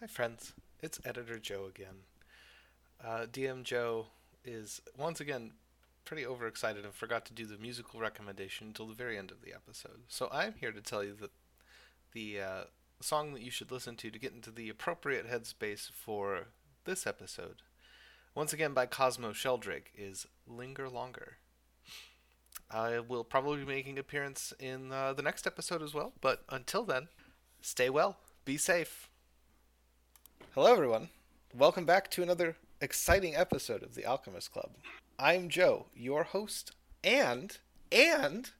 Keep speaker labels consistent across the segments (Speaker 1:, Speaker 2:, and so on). Speaker 1: Hi, friends. It's Editor Joe again. Uh, DM Joe is once again pretty overexcited and forgot to do the musical recommendation until the very end of the episode. So I'm here to tell you that the uh, song that you should listen to to get into the appropriate headspace for this episode, once again by Cosmo Sheldrake, is Linger Longer. I will probably be making appearance in uh, the next episode as well, but until then, stay well, be safe. Hello, everyone. Welcome back to another exciting episode of the Alchemist Club. I'm Joe, your host, and and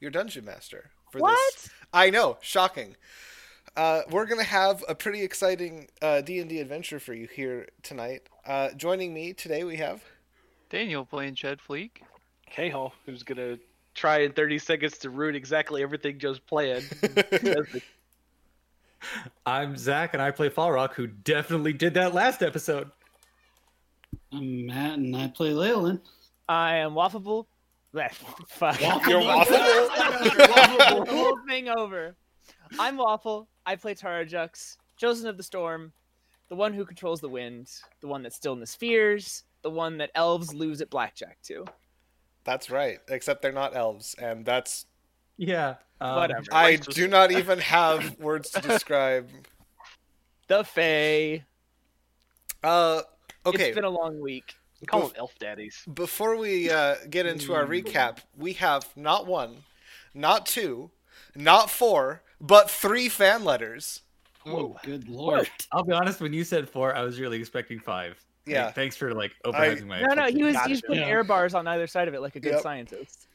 Speaker 1: your dungeon master for this.
Speaker 2: What?
Speaker 1: I know, shocking. Uh, we're gonna have a pretty exciting uh, D and D adventure for you here tonight. Uh, joining me today, we have
Speaker 3: Daniel playing Jed Fleek.
Speaker 2: Cahill, who's gonna try in 30 seconds to ruin exactly everything Joe's planned. That's
Speaker 4: I'm Zach, and I play Falrock, who definitely did that last episode.
Speaker 5: I'm Matt and I play Leyland.
Speaker 6: I am waffable. Left. Fuck.
Speaker 1: your
Speaker 5: Oh,
Speaker 6: the
Speaker 1: waffle.
Speaker 6: whole thing over. I'm Waffle. I play Tarajux, chosen of the storm, the one who controls the wind, the one that's still in the spheres, the one that elves lose at blackjack to.
Speaker 1: that's right. Except they're not elves, and that's
Speaker 4: Yeah. Um,
Speaker 6: Whatever.
Speaker 1: I do not even have words to describe.
Speaker 6: The Fae.
Speaker 1: Uh,
Speaker 6: It's
Speaker 1: okay.
Speaker 6: been a long week.
Speaker 2: Call them elf daddies.
Speaker 1: Before we uh, get into
Speaker 4: Hmm.
Speaker 1: our recap, we have not one, not two, not four, but three fan letters.
Speaker 5: Oh, good lord.
Speaker 4: I'll be honest. When you said four, I was really expecting five. Like,
Speaker 1: Yeah.
Speaker 4: thanks for like opening my.
Speaker 6: No, no, he was
Speaker 2: Gotcha.
Speaker 6: he's putting
Speaker 5: Yeah.
Speaker 6: air bars on either side of it like a good
Speaker 1: Yep.
Speaker 6: scientist.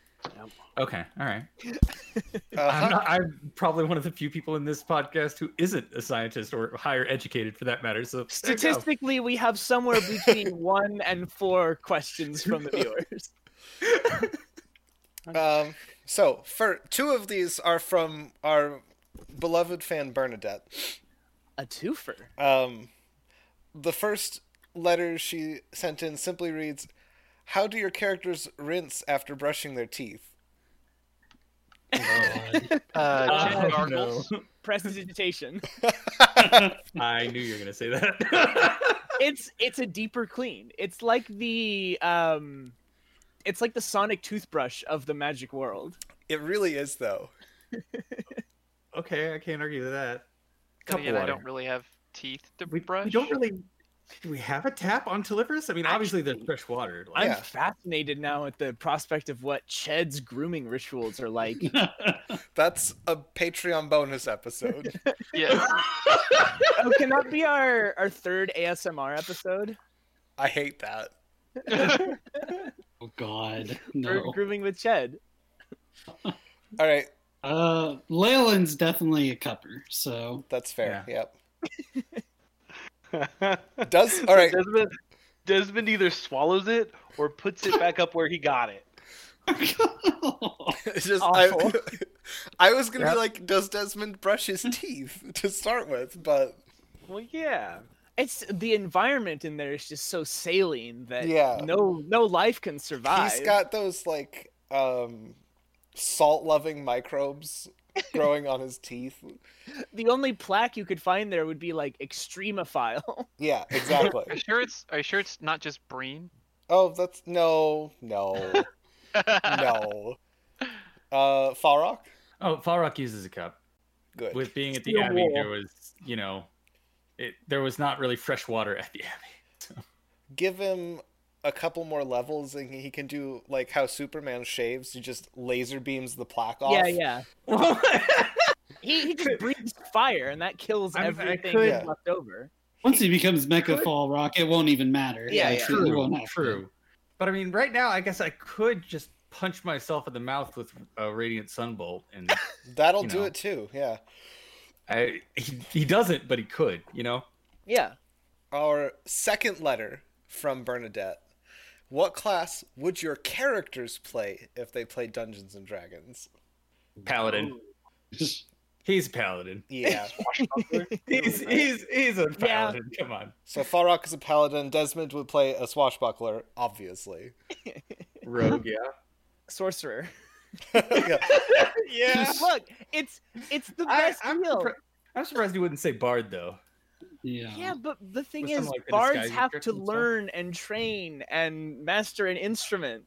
Speaker 4: Okay. All right.
Speaker 1: Uh-huh.
Speaker 4: I'm, not, I'm probably one of the few people in this podcast who isn't a scientist or higher educated, for that matter. So there you go.
Speaker 6: Statistically, we have somewhere between one and four questions from the viewers.
Speaker 1: Um, so for two of these are from our beloved fan Bernadette.
Speaker 6: A twofer.
Speaker 1: Um, the first letter she sent in simply reads, "How do your characters rinse after brushing their teeth?"
Speaker 3: Uh,
Speaker 4: Oh,
Speaker 3: Jed gargles.
Speaker 4: no.
Speaker 6: Prestidigitation.
Speaker 4: I knew you were gonna say that.
Speaker 6: it's it's a deeper clean. It's like the um it's like the sonic toothbrush of the magic world.
Speaker 1: It really is though.
Speaker 4: okay, I can't argue with that.
Speaker 3: But
Speaker 4: Cup
Speaker 3: again, I
Speaker 4: water.
Speaker 3: don't really have teeth to
Speaker 4: we,
Speaker 3: brush.
Speaker 4: we don't really. Do we have a tap on Tillivers? I mean, obviously there's
Speaker 6: Actually,
Speaker 4: fresh water. Like,
Speaker 6: I'm
Speaker 1: Yeah.
Speaker 6: fascinated now at the prospect of what Ched's grooming rituals are like.
Speaker 1: That's a Patreon bonus episode.
Speaker 3: Yeah.
Speaker 6: oh, can that be our our third ASMR episode?
Speaker 1: I hate that.
Speaker 5: oh god.
Speaker 6: Third
Speaker 5: No.
Speaker 6: grooming with Ched.
Speaker 1: All right,
Speaker 5: Uh Leyland's definitely a cupper, so
Speaker 1: that's fair. Yep. Does all right.
Speaker 2: Desmond, Desmond either swallows it or puts it back up where he got it.
Speaker 1: It's just I,
Speaker 6: Awful.
Speaker 1: I was gonna
Speaker 4: Yep.
Speaker 1: be like, does Desmond brush his teeth to start with? But
Speaker 2: Well, yeah.
Speaker 6: It's the environment in there is just so saline that
Speaker 1: Yeah.
Speaker 6: no no life can survive.
Speaker 1: he's got those like um, salt-loving microbes growing on his teeth.
Speaker 6: The only plaque you could find there would be like extremophile.
Speaker 1: Yeah, exactly.
Speaker 3: Are you sure it's are you sure it's not just Breen?
Speaker 1: oh, that's no, no, no. Uh, Farrock,
Speaker 4: Oh, Falrock uses a cup.
Speaker 1: good.
Speaker 4: With being at the
Speaker 6: Steel
Speaker 4: Abbey,
Speaker 6: wool.
Speaker 4: there was, you know, it, there was not really fresh water at the Abbey.
Speaker 1: Give him a couple more levels, and he can do like how Superman shaves. He just laser beams the plaque off.
Speaker 6: Yeah, yeah. He, he just breathes fire, and that kills
Speaker 4: I mean, I
Speaker 6: everything
Speaker 4: could-
Speaker 1: Yeah.
Speaker 6: left over.
Speaker 5: once he becomes Mecha Fall Rock, it won't even matter.
Speaker 6: Yeah,
Speaker 5: Like,
Speaker 6: yeah.
Speaker 5: he won't
Speaker 4: True,
Speaker 5: have to-
Speaker 4: true. But I mean, right now, I guess I could just punch myself in the mouth with a radiant sunbolt, and
Speaker 1: That'll
Speaker 4: You
Speaker 1: do
Speaker 4: know.
Speaker 1: it too. Yeah.
Speaker 4: I, he, he doesn't, but he could, you know.
Speaker 6: Yeah.
Speaker 1: Our second letter from Bernadette. What class would your characters play if they played Dungeons and Dragons?
Speaker 4: Paladin. He's a paladin.
Speaker 1: Yeah.
Speaker 4: He's he's he's a paladin. Come on,
Speaker 1: so Farrock is a paladin. Desmond would play a swashbuckler, obviously.
Speaker 4: rogue. Yeah.
Speaker 6: Sorcerer.
Speaker 1: yeah.
Speaker 4: yeah.
Speaker 6: Look, it's it's the best
Speaker 4: I, am
Speaker 6: deal.
Speaker 4: surprised he wouldn't say bard though.
Speaker 5: Yeah.
Speaker 6: Yeah, but the thing
Speaker 4: With some,
Speaker 6: is,
Speaker 4: like, the
Speaker 6: bards
Speaker 4: disguise
Speaker 6: have to
Speaker 4: restrictions and stuff.
Speaker 6: learn and train and master an instrument.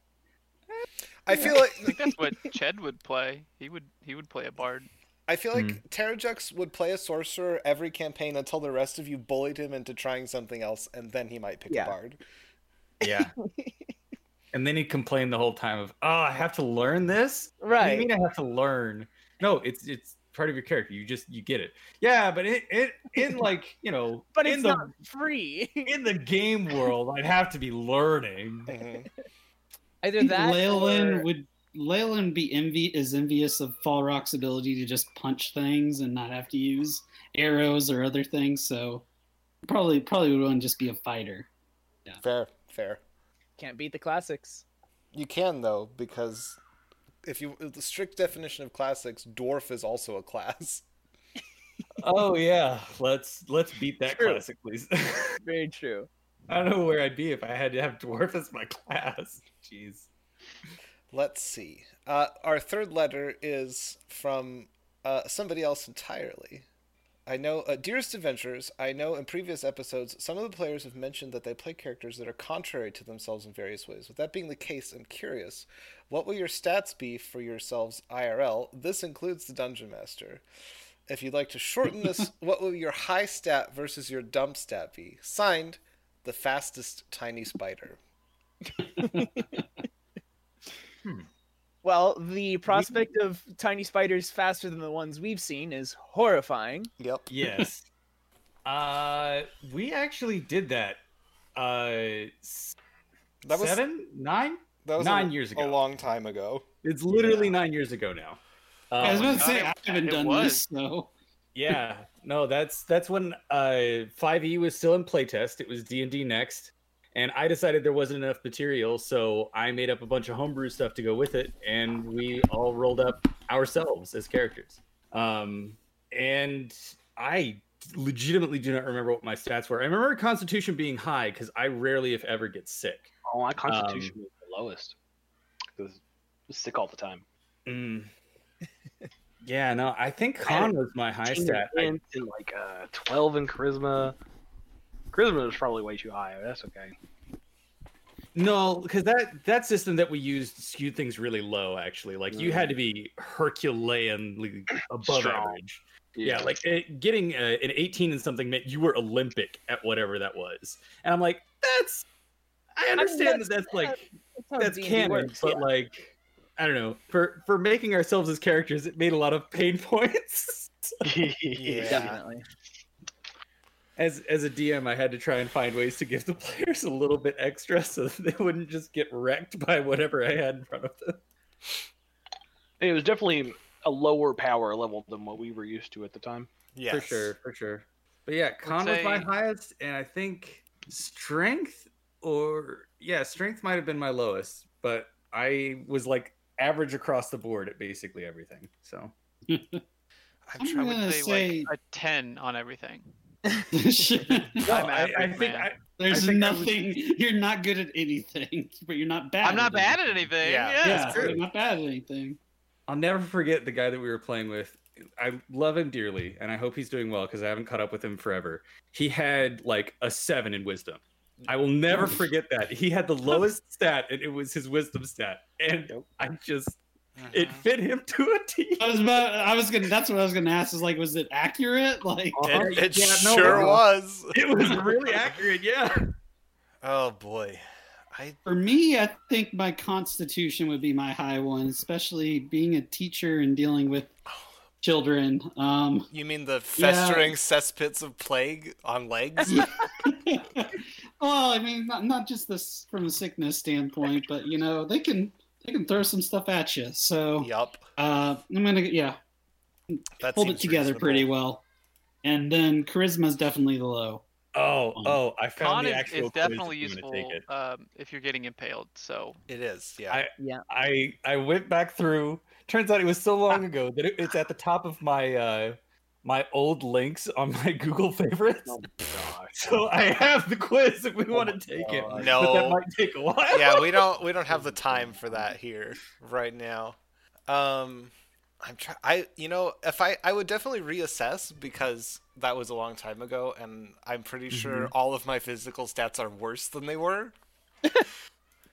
Speaker 1: I feel like
Speaker 3: I think that's what Ched would play. He would he would play a bard.
Speaker 1: I feel like Terrajux would play a sorcerer every campaign until the rest of you bullied him into trying something else, and then he might pick
Speaker 6: Yeah.
Speaker 1: a bard.
Speaker 4: Yeah. and then he complained the whole time of, "Oh, I have to learn this. What do
Speaker 6: Right.
Speaker 4: you mean I have to learn? No, it's it's part of your character. You just you get it. Yeah, but it it in like you know,
Speaker 6: But
Speaker 4: in
Speaker 6: it's
Speaker 4: the
Speaker 6: not free.
Speaker 4: in the game world, I'd have to be learning.
Speaker 1: Mhm.
Speaker 6: Either
Speaker 5: think
Speaker 6: that
Speaker 5: Leyland
Speaker 6: or...
Speaker 5: would Leyland be envy is envious of Fall Rock's ability to just punch things and not have to use arrows or other things. So probably probably would want to just be a fighter.
Speaker 1: Fair, fair.
Speaker 6: can't beat the classics.
Speaker 1: You can though, because if you the strict definition of classics, dwarf is also a class.
Speaker 4: Oh yeah, let's let's beat that
Speaker 6: True.
Speaker 4: classic, please.
Speaker 6: Very true.
Speaker 4: I don't know where I'd be if I had to have dwarf as my class. Jeez.
Speaker 1: Let's see. Uh, our third letter is from uh, somebody else entirely. I know, uh, dearest adventurers, I know in previous episodes some of the players have mentioned that they play characters that are contrary to themselves in various ways. With that being the case, I'm curious, what will your stats be for yourselves IRL? This includes the dungeon master. If you'd like to shorten this, what will your high stat versus your dumb stat be? Signed, the fastest tiny spider.
Speaker 6: Well, the prospect of tiny spiders faster than the ones we've seen is horrifying.
Speaker 1: Yep.
Speaker 4: Yes. uh, we actually did that. Uh,
Speaker 1: That was
Speaker 4: seven, nine.
Speaker 1: that was
Speaker 4: nine
Speaker 1: a,
Speaker 4: years
Speaker 1: a
Speaker 4: ago.
Speaker 1: long time ago.
Speaker 4: It's literally nine years ago now.
Speaker 5: I was
Speaker 4: Um,
Speaker 5: about to say I
Speaker 3: God,
Speaker 5: haven't
Speaker 3: it
Speaker 5: done
Speaker 3: was.
Speaker 5: this, so
Speaker 4: yeah no that's that's when uh 5e was still in playtest it was d&d next and i decided there wasn't enough material so i made up a bunch of homebrew stuff to go with it and we all rolled up ourselves as characters um and i legitimately do not remember what my stats were i remember constitution being high because i rarely if ever get sick
Speaker 2: Oh, my
Speaker 4: Um,
Speaker 2: constitution was the lowest. 'Cause I was sick all the time.
Speaker 4: Mm. yeah no i think con was my high stat I-
Speaker 2: and, and like uh, twelve in charisma. Charisma was probably way too high. But that's okay.
Speaker 4: No, because that that system that we used skewed things really low. Actually, like you had to be Herculeanly above
Speaker 2: Strong.
Speaker 4: average. Yeah, like it, getting uh an eighteen and something meant you were Olympic at whatever that was. And I'm like, that's. I understand
Speaker 6: that's-
Speaker 4: that that's like
Speaker 6: how
Speaker 4: that's
Speaker 6: D&D
Speaker 4: canon,
Speaker 6: works,
Speaker 4: but
Speaker 6: yeah.
Speaker 4: like. I don't know. For for making ourselves as characters, it made a lot of pain points.
Speaker 1: Yeah.
Speaker 6: Definitely.
Speaker 4: As as a DM, I had to try and find ways to give the players a little bit extra so that they wouldn't just get wrecked by whatever I had in front of them.
Speaker 2: it was definitely a lower power level than what we were used to at the time.
Speaker 1: Yes.
Speaker 4: For sure, for sure. But yeah, con was my
Speaker 3: say-
Speaker 4: highest, and I think strength or yeah, strength might have been my lowest, but I was like average across the board at basically everything. So
Speaker 1: I'm
Speaker 5: I'm
Speaker 1: trying.
Speaker 5: gonna
Speaker 3: Would say,
Speaker 5: say
Speaker 3: like a ten on everything. I'm
Speaker 4: I, I
Speaker 3: average,
Speaker 4: think
Speaker 3: man.
Speaker 4: I,
Speaker 5: there's
Speaker 4: think I was-
Speaker 5: nothing. You're not good at anything, but you're not bad.
Speaker 3: I'm not bad at anything.
Speaker 1: Yeah.
Speaker 3: Yeah.
Speaker 5: Yeah,
Speaker 4: true.
Speaker 5: you're not bad at anything.
Speaker 4: I'll never forget the guy that we were playing with. I love him dearly, and I hope he's doing well because I haven't caught up with him forever. He had like a seven in wisdom. I will never forget that. He had the lowest stat, and it was his wisdom stat, and
Speaker 2: Yep.
Speaker 4: I just it fit him to a T.
Speaker 5: I was about. I was gonna. That's what I was gonna ask. Is like, was it accurate? Like,
Speaker 4: Uh-huh.
Speaker 1: It, it
Speaker 4: Yeah, no,
Speaker 1: sure
Speaker 4: uh,
Speaker 1: was.
Speaker 4: It was really accurate, yeah.
Speaker 1: Oh boy, I
Speaker 5: For me, I think my constitution would be my high one, especially being a teacher and dealing with children. Um,
Speaker 1: you mean the festering cesspits of plague on legs?
Speaker 5: well, I mean, not, not just this from a sickness standpoint, but you know, they can they can throw some stuff at you. So
Speaker 1: yup.
Speaker 5: uh, I'm gonna yeah
Speaker 1: That
Speaker 5: hold it
Speaker 1: seems
Speaker 5: together
Speaker 1: reasonable.
Speaker 5: pretty well, and then charisma is definitely the low.
Speaker 4: Oh,
Speaker 5: Um,
Speaker 4: oh, I
Speaker 3: Con
Speaker 4: found the
Speaker 3: is,
Speaker 4: actual
Speaker 3: is
Speaker 4: quiz
Speaker 3: definitely
Speaker 4: if you
Speaker 3: useful
Speaker 4: wanna take it.
Speaker 3: um, if you're getting impaled. So
Speaker 1: It is. Yeah.
Speaker 4: I I went back through. Turns out it was so long ago that it, it's at the top of my uh my old links on my Google favorites.
Speaker 2: Oh my gosh.
Speaker 4: So I have the quiz if we want
Speaker 2: my
Speaker 4: to take it.
Speaker 2: God.
Speaker 4: but that
Speaker 1: No.
Speaker 4: might take a while.
Speaker 1: yeah, we don't we don't have the time for that here right now. Um I'm try- I you know, if I I would definitely reassess because that was a long time ago, and I'm pretty sure all of my physical stats are worse than they were.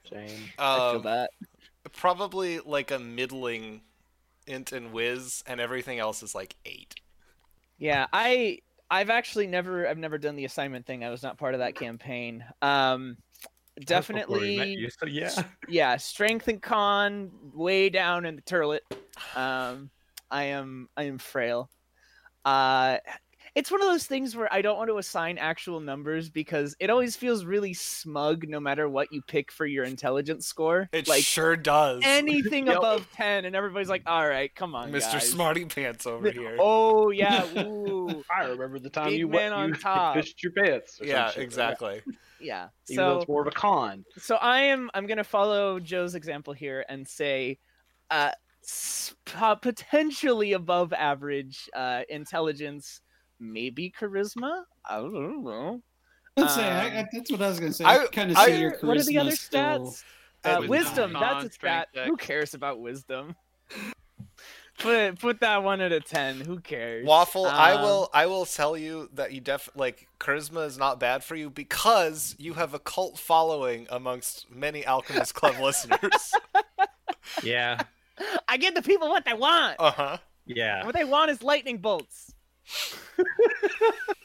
Speaker 2: Shame.
Speaker 6: I feel
Speaker 1: Um,
Speaker 6: that.
Speaker 1: Probably like a middling int and whiz, and everything else is like eight.
Speaker 6: Yeah, I I've actually never I've never done the assignment thing. I was not part of that campaign. Um
Speaker 4: That's before we met
Speaker 6: definitely
Speaker 4: you, so yeah.
Speaker 6: yeah, strength and con way down in the turlet. Um I am I am frail. Uh it's one of those things where I don't want to assign actual numbers because it always feels really smug no matter what you pick for your intelligence score.
Speaker 1: It
Speaker 6: like
Speaker 1: sure does.
Speaker 6: anything
Speaker 2: Yep.
Speaker 6: above 10 and everybody's like, "All right, come on,
Speaker 1: Mr.
Speaker 6: guys."
Speaker 1: Smarty Pants over here.
Speaker 6: Oh yeah, ooh.
Speaker 2: I remember the time
Speaker 6: Big
Speaker 2: you
Speaker 6: man
Speaker 2: went
Speaker 6: on
Speaker 2: you
Speaker 6: top.
Speaker 2: pissed your pants. or some
Speaker 1: yeah,
Speaker 2: shit.
Speaker 1: exactly.
Speaker 6: Yeah.
Speaker 2: Even though
Speaker 6: so
Speaker 2: it's more of a con.
Speaker 6: so I am I'm gonna follow Joe's example here and say, uh, s- po- potentially above average uh, intelligence, maybe charisma. I don't know.
Speaker 5: Let's say I,
Speaker 6: Um,
Speaker 5: I, that's what I was gonna say.
Speaker 1: I-
Speaker 5: I kind of
Speaker 1: I-
Speaker 5: see your charisma
Speaker 6: What are the other
Speaker 5: still-
Speaker 6: stats? Uh,
Speaker 1: Edwin.
Speaker 6: wisdom.
Speaker 3: Con,
Speaker 6: That's a stat.
Speaker 3: strength
Speaker 6: Who
Speaker 3: check.
Speaker 6: cares about wisdom? put put that one at a ten. Who cares?
Speaker 1: Waffle, I
Speaker 6: Um,
Speaker 1: will I will tell you that you def like charisma is not bad for you because you have a cult following amongst many Alchemist Club listeners.
Speaker 4: Yeah.
Speaker 6: I give the people what they want.
Speaker 1: Uh-huh.
Speaker 4: Yeah.
Speaker 6: What they want is lightning bolts.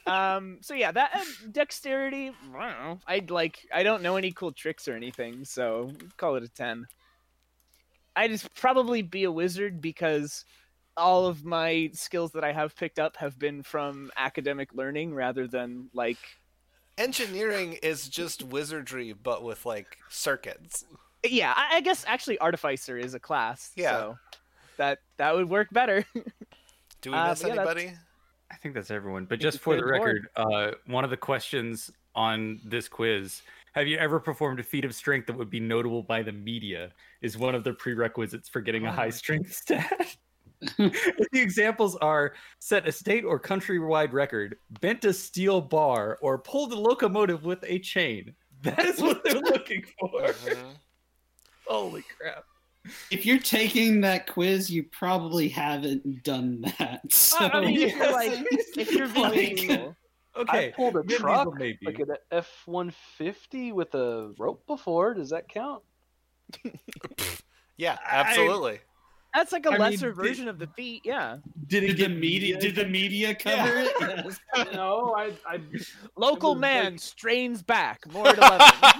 Speaker 6: um. So yeah, that and dexterity. I don't know. I'd like. I don't know any cool tricks or anything, so call it a ten. I'd just probably be a wizard because all of my skills that I have picked up have been from academic learning rather than like.
Speaker 1: Engineering is just wizardry but with like circuits.
Speaker 6: Yeah, I, I guess actually artificer is a class.
Speaker 1: Yeah.
Speaker 6: So that that would work better.
Speaker 1: Do we
Speaker 6: Uh,
Speaker 1: miss
Speaker 6: but yeah, that's-
Speaker 1: anybody?
Speaker 4: I think that's everyone. But
Speaker 6: think
Speaker 4: just
Speaker 6: it's
Speaker 4: for the
Speaker 6: pretty boring.
Speaker 4: record, uh, one of the questions on this quiz have you ever performed a feat of strength that would be notable by the media? Is one of the prerequisites for getting a
Speaker 6: Oh my
Speaker 4: high strength stat. the examples are set a state or countrywide record, bent a steel bar, or pulled a locomotive with a chain. That is what they're looking for.
Speaker 1: Mhm.
Speaker 4: Holy crap.
Speaker 5: If you're taking that quiz, you probably haven't done that. So.
Speaker 6: I mean, if you're like,
Speaker 5: Yes.
Speaker 6: if you're being
Speaker 5: Like,
Speaker 6: legal.
Speaker 4: Okay.
Speaker 2: I pulled a
Speaker 4: Good
Speaker 2: truck,
Speaker 4: people, maybe.
Speaker 2: like an F one fifty with a rope before. Does that count?
Speaker 1: Yeah,
Speaker 4: I-
Speaker 1: absolutely.
Speaker 6: That's like a
Speaker 4: I mean,
Speaker 6: lesser
Speaker 4: did-
Speaker 6: version of the feat. Yeah.
Speaker 4: Did it
Speaker 5: did
Speaker 4: get
Speaker 5: the media? Did the media cover it? Yes.
Speaker 2: no, I, I
Speaker 6: Local
Speaker 2: was
Speaker 6: man
Speaker 2: like-
Speaker 6: strains back. More at 11.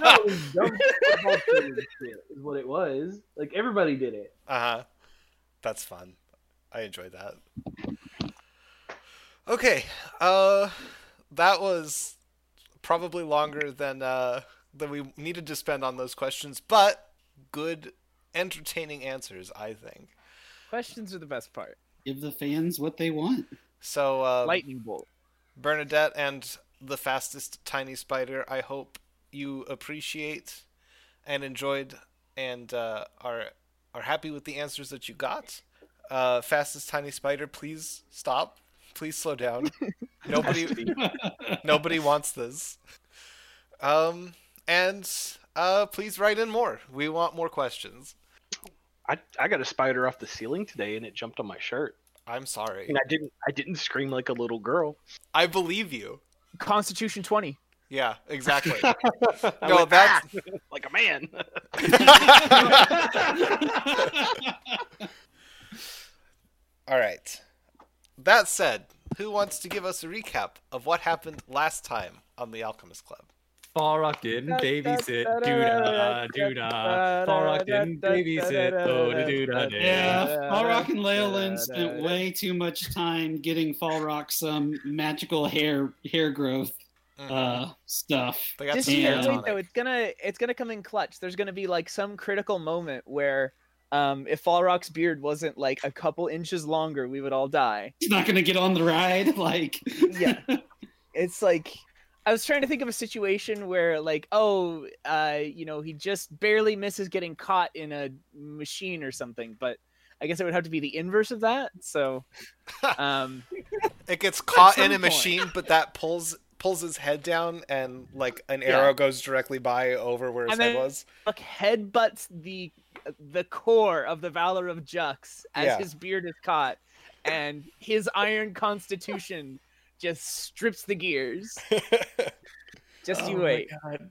Speaker 2: no, it was dumb football team shit is what it was. Like everybody did it.
Speaker 1: Uh-huh. That's fun. I enjoyed that. Okay. Uh that was probably longer than uh than we needed to spend on those questions, but good entertaining answers, I think.
Speaker 6: Questions are the best part.
Speaker 5: Give the fans what they want.
Speaker 1: So uh
Speaker 6: Lightning bolt.
Speaker 1: Bernadette and the fastest tiny spider, I hope you appreciate and enjoyed and uh, are are happy with the answers that you got. Uh, fastest tiny spider, please stop. Please slow down. nobody nobody wants this. Um and uh, please write in more. We want more questions.
Speaker 2: I, I got a spider off the ceiling today and it jumped on my shirt.
Speaker 1: I'm sorry.
Speaker 2: And I didn't I didn't scream like a little girl.
Speaker 1: I believe you.
Speaker 6: Constitution 20.
Speaker 1: Yeah, exactly.
Speaker 2: I
Speaker 1: no,
Speaker 2: went,
Speaker 1: that's
Speaker 2: "Ah," like a man.
Speaker 1: All right. That said, who wants to give us a recap of what happened last time on the Alchemist Club?
Speaker 4: Farrock didn't babysit, doo-dah, doo-dah. Farrock didn't babysit, oh, doo-dah, doo-dah.
Speaker 5: Yeah, Fall Rock and Leolin spent way too much time getting Fall Rock some magical hair hair growth uh, stuff.
Speaker 1: Mm. they got
Speaker 6: Just
Speaker 1: some
Speaker 5: Yeah.
Speaker 1: hair
Speaker 6: can't wait
Speaker 1: tonic.
Speaker 6: though. It's gonna it's gonna come in clutch. There's gonna be like some critical moment where um if Fall Rock's beard wasn't like a couple inches longer, we would all die.
Speaker 5: He's not gonna get on the ride. Like,
Speaker 6: Yeah. it's like I was trying to think of a situation where like oh uh you know he just barely misses getting caught in a machine or something but I guess it would have to be the inverse of that so um
Speaker 1: It gets caught
Speaker 6: some
Speaker 1: in a
Speaker 6: point.
Speaker 1: machine, but that pulls pulls his head down, and like an arrow goes directly by over where his
Speaker 6: And
Speaker 1: head
Speaker 6: then-
Speaker 1: was.
Speaker 6: Buck headbutts the the core of the valor of Jux as
Speaker 1: Yeah.
Speaker 6: his beard is caught and his iron constitution just strips the gears. Just
Speaker 4: Oh
Speaker 6: you
Speaker 4: my
Speaker 6: wait.
Speaker 4: God.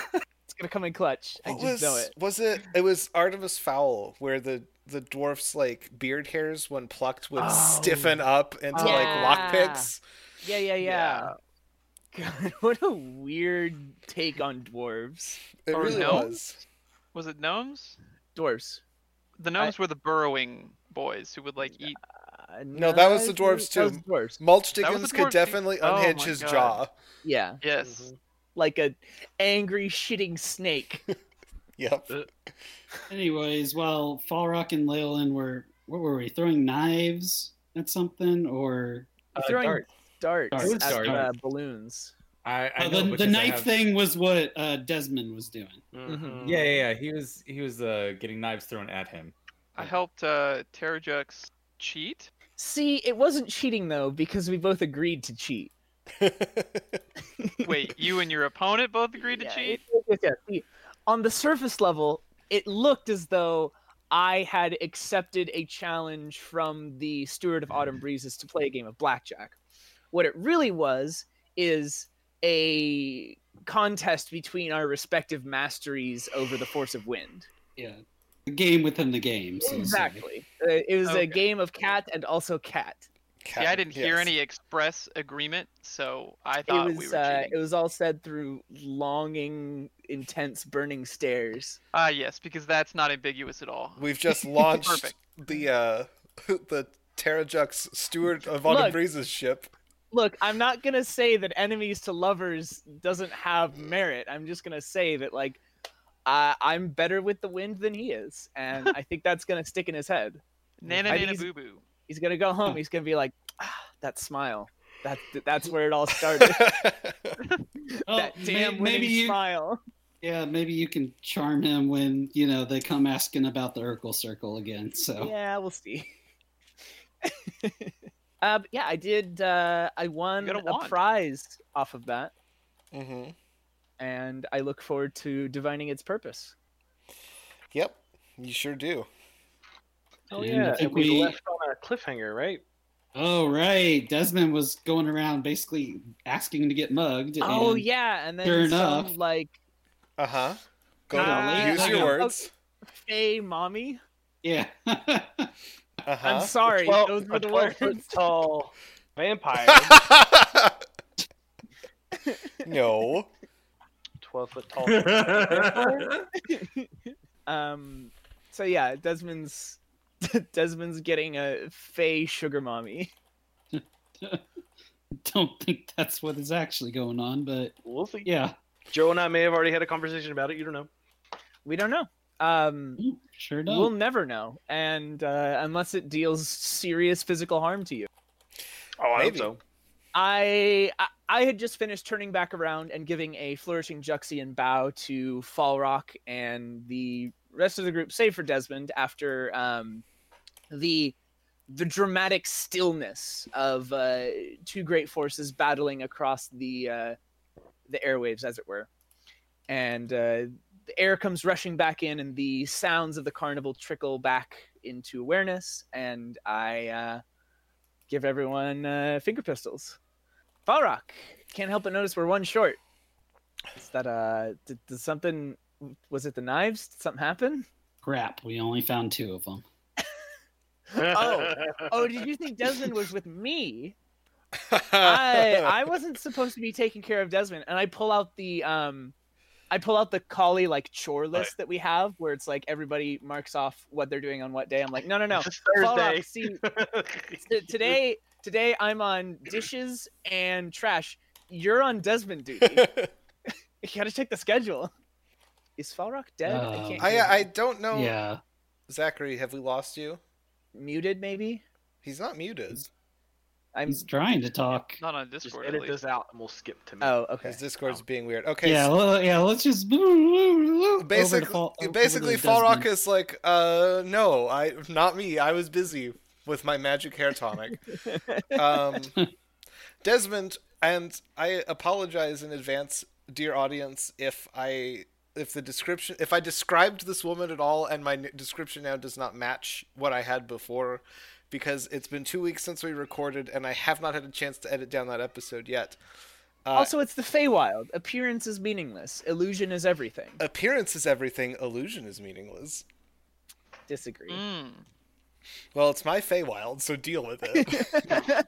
Speaker 6: It's gonna come in clutch. I
Speaker 1: What
Speaker 6: just
Speaker 1: was,
Speaker 6: know it.
Speaker 1: was it? It was Artemis Fowl, where the the dwarf's like beard hairs, when plucked, would
Speaker 4: Oh.
Speaker 1: stiffen up into
Speaker 6: Yeah.
Speaker 1: like lockpicks.
Speaker 6: Yeah, yeah, yeah. God, what a weird take on dwarves.
Speaker 1: It
Speaker 3: Or
Speaker 1: really
Speaker 3: Oh, no.
Speaker 1: was.
Speaker 3: Was it gnomes?
Speaker 6: Dwarves.
Speaker 3: The gnomes were the burrowing boys who would like eat.
Speaker 6: Uh,
Speaker 1: No, that was the dwarves
Speaker 6: that was
Speaker 1: too.
Speaker 6: dwarves.
Speaker 1: Mulch
Speaker 3: That was
Speaker 1: Dickens
Speaker 3: the
Speaker 1: could
Speaker 3: dwarf-
Speaker 1: definitely
Speaker 3: Oh
Speaker 1: unhinge
Speaker 3: my
Speaker 1: his
Speaker 3: God.
Speaker 1: jaw.
Speaker 6: Yeah,
Speaker 3: Yes.
Speaker 5: Mm-hmm.
Speaker 6: like a angry shitting snake.
Speaker 1: Yep.
Speaker 5: Anyways, while Falrock and Leyland were, what were we throwing knives at something or
Speaker 4: Uh,
Speaker 6: throwing
Speaker 4: dart.
Speaker 6: darts
Speaker 5: Darts.
Speaker 4: It was
Speaker 6: at
Speaker 4: darts.
Speaker 6: Uh, balloons.
Speaker 4: I, I
Speaker 5: Oh,
Speaker 4: know
Speaker 5: the, the
Speaker 4: because I
Speaker 5: knife
Speaker 4: have-
Speaker 5: thing was what uh, Desmond was doing.
Speaker 6: Mhm.
Speaker 4: Yeah, yeah, yeah. He was he was uh, getting knives thrown at him.
Speaker 3: I helped uh, Terrajux cheat.
Speaker 6: See, it wasn't cheating though because we both agreed to cheat.
Speaker 3: Uh, Wait, you and your opponent both agreed to
Speaker 6: Yeah,
Speaker 3: cheat?
Speaker 6: yes, yes, yes. See, On the surface level, it looked as though I had accepted a challenge from the Steward of Autumn Breezes to play a game of blackjack. What it really was is a contest between our respective masteries over the force of wind.
Speaker 5: Yeah, the game within the game. So to say.
Speaker 6: Exactly. Uh, It was
Speaker 3: Okay.
Speaker 6: a game of cat and also cat.
Speaker 3: Yeah, I didn't hear any express agreement, so I
Speaker 6: It
Speaker 3: thought
Speaker 6: was
Speaker 3: we were
Speaker 6: uh,
Speaker 3: cheating.
Speaker 6: it was all said through longing, intense, burning stares.
Speaker 3: Ah, yes, because that's not ambiguous at all.
Speaker 1: We've just launched
Speaker 3: Perfect.
Speaker 1: the uh the Terrajux Steward of Autumn
Speaker 6: Look.
Speaker 1: Breeze's ship.
Speaker 6: Look, I'm not gonna say that enemies to lovers doesn't have merit. I'm just gonna say that like I I'm better with the wind than he is, and I think that's gonna stick in his head.
Speaker 3: Nana
Speaker 6: I think
Speaker 3: Nana
Speaker 6: he's-
Speaker 3: Boo Boo.
Speaker 6: He's gonna go home. He's gonna be like, ah, that smile. That that's where it all started.
Speaker 5: Well,
Speaker 6: that damn
Speaker 5: Oh, may- maybe
Speaker 6: winning
Speaker 5: you,
Speaker 6: smile.
Speaker 5: yeah, maybe you can charm him when you know they come asking about the Urkel Circle again. So
Speaker 6: Yeah, we'll see. uh, but yeah, I did. Uh, I won
Speaker 3: got a
Speaker 6: a
Speaker 3: wand.
Speaker 6: prize off of that,
Speaker 1: hmm
Speaker 6: and I look forward to divining its purpose.
Speaker 1: Yep, you sure do.
Speaker 5: Oh, And yeah, I think
Speaker 2: And we
Speaker 5: we-
Speaker 2: left on a cliffhanger, right?
Speaker 5: oh right, Desmond was going around basically asking to get mugged.
Speaker 6: Oh
Speaker 5: and-
Speaker 6: yeah, and then
Speaker 5: sure
Speaker 6: some
Speaker 5: enough.
Speaker 6: like
Speaker 1: Uh huh. Go
Speaker 6: Ah,
Speaker 1: use your
Speaker 5: okay.
Speaker 1: words.
Speaker 6: "Hey, mommy,
Speaker 5: yeah.
Speaker 1: Uh
Speaker 6: I'm sorry."
Speaker 2: Well,
Speaker 6: Those
Speaker 2: a
Speaker 6: were the
Speaker 2: 12 foot
Speaker 6: words.
Speaker 2: tall vampire.
Speaker 1: huh. no.
Speaker 2: 12 foot tall.
Speaker 6: Um, so yeah, Desmond's Desmond's getting a "Fey sugar mommy."
Speaker 5: Don't think that's what is actually going on, but
Speaker 2: We'll see.
Speaker 5: yeah,
Speaker 2: Joe and I may have already had a conversation about it. You don't know.
Speaker 6: We don't know. Um,
Speaker 5: Ooh, sure do
Speaker 6: we'll never know, and uh, unless it deals serious physical harm to you.
Speaker 2: Oh, I
Speaker 1: Maybe.
Speaker 2: hope
Speaker 6: I I- I had just finished turning back around and giving a flourishing Juxian bow to Falrock and the rest of the group, save for Desmond, after um, the the dramatic stillness of uh, two great forces battling across the uh, the airwaves, as it were, and uh, the air comes rushing back in, and the sounds of the carnival trickle back into awareness, and I. Uh, give everyone uh, finger pistols. Falrock, can't help but notice we're one short. Is that uh, did, did something? Was it the knives? Did something happen?
Speaker 5: crap. We only found two of them.
Speaker 2: so.
Speaker 6: Oh. Oh, did you think Desmond was with me? I I wasn't supposed to be taking care of Desmond, and I pull out the um, I pull out the collie like chore list that we have, where it's like everybody marks off what they're doing on what day. I'm like, no, no, no.
Speaker 2: It's
Speaker 6: Falrock,
Speaker 2: Thursday.
Speaker 6: see, T- today today I'm on dishes and trash. You're on Desmond duty. you gotta check the schedule. Is Falrock dead?
Speaker 5: Um,
Speaker 6: can't
Speaker 1: I
Speaker 6: hear
Speaker 1: I
Speaker 6: him.
Speaker 1: don't know.
Speaker 5: Yeah,
Speaker 1: Zachary, have we lost you?
Speaker 6: muted maybe.
Speaker 1: He's not muted.
Speaker 6: I'm.
Speaker 5: he's trying to talk.
Speaker 3: Not on
Speaker 2: Just
Speaker 3: Discord.
Speaker 2: edit
Speaker 3: at least.
Speaker 2: this out and we'll skip to me.
Speaker 6: Oh okay.
Speaker 1: His Discord's being weird. Okay.
Speaker 5: yeah, well, yeah. Let's just over to
Speaker 1: basically,
Speaker 5: Fall- over to
Speaker 1: basically,
Speaker 5: Desmond.
Speaker 1: Fall Rock is like, uh, no, I, not me. I was busy with my magic hair tonic. um, Desmond, and I apologize in advance, dear audience, if I, if the description, if I described this woman at all, and my n- description now does not match what I had before. because it's been two weeks since we recorded, and I have not had a chance to edit down that episode yet. Uh,
Speaker 6: also, it's the Feywild. Appearance is meaningless. Illusion is everything.
Speaker 1: appearance is everything. Illusion is meaningless.
Speaker 6: Disagree.
Speaker 3: Mm.
Speaker 1: Well, it's my Feywild, so deal with it.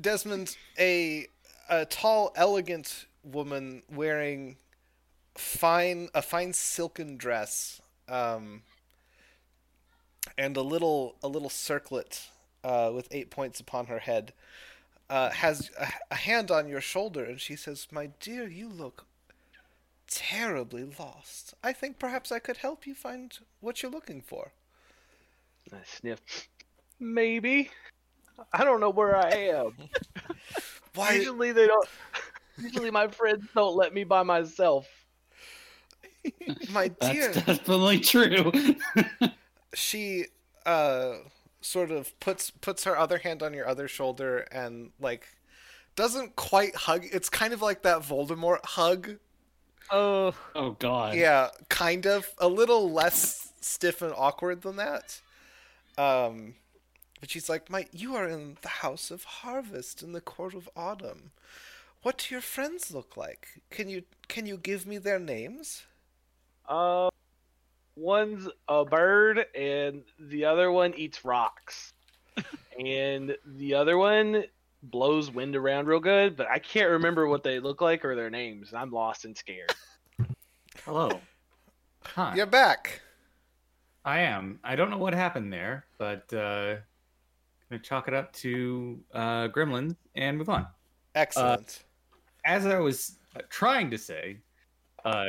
Speaker 1: Desmond, a a tall, elegant woman wearing fine a fine silken dress, um, and a little a little circlet uh, with eight points upon her head, uh, has a, a hand on your shoulder, and she says, "My dear, you look terribly lost. I think perhaps I could help you find what you're looking for."
Speaker 2: I sniff. Maybe. I don't know where I am.
Speaker 1: Why?
Speaker 2: Usually they don't. Usually my friends don't let me by myself.
Speaker 1: My
Speaker 5: That's
Speaker 1: dear,
Speaker 5: definitely true.
Speaker 1: she uh, sort of puts puts her other hand on your other shoulder and like doesn't quite hug. It's kind of like that Voldemort hug.
Speaker 6: Oh,
Speaker 5: oh God.
Speaker 1: Yeah, kind of a little less stiff and awkward than that. Um, but she's like, "My, you are in the house of harvest in the court of autumn. What do your friends look like? Can you can you give me their names?"
Speaker 2: Uh, one's a bird, and the other one eats rocks, and the other one blows wind around real good. But I can't remember what they look like or their names. and I'm lost and scared.
Speaker 4: Hello. Hi.
Speaker 1: You're back.
Speaker 4: I am. I don't know what happened there, but uh, gonna chalk it up to uh, Gremlin and move on.
Speaker 1: Excellent.
Speaker 4: as I was trying to say, uh,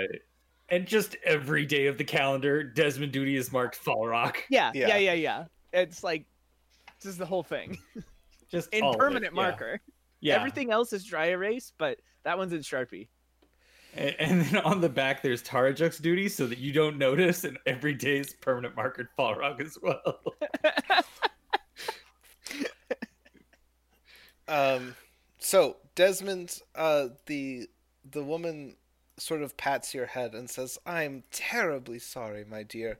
Speaker 4: and just every day of the calendar, Desmond Duty is marked Fall Rock.
Speaker 6: yeah,
Speaker 1: Yeah.
Speaker 6: yeah, yeah, yeah. It's like this is the whole thing
Speaker 4: Just
Speaker 6: in
Speaker 4: all of it,
Speaker 6: permanent
Speaker 4: yeah.
Speaker 6: marker.
Speaker 4: Yeah.
Speaker 6: Everything else is dry erase, but that one's in Sharpie.
Speaker 4: And, and then on the back, there's Tarajux Duty, so that you don't notice, and every day is permanent marker Fall Rock as well.
Speaker 1: Um, so Desmond, uh, the the woman sort of pats your head and says, "I'm terribly sorry, my dear.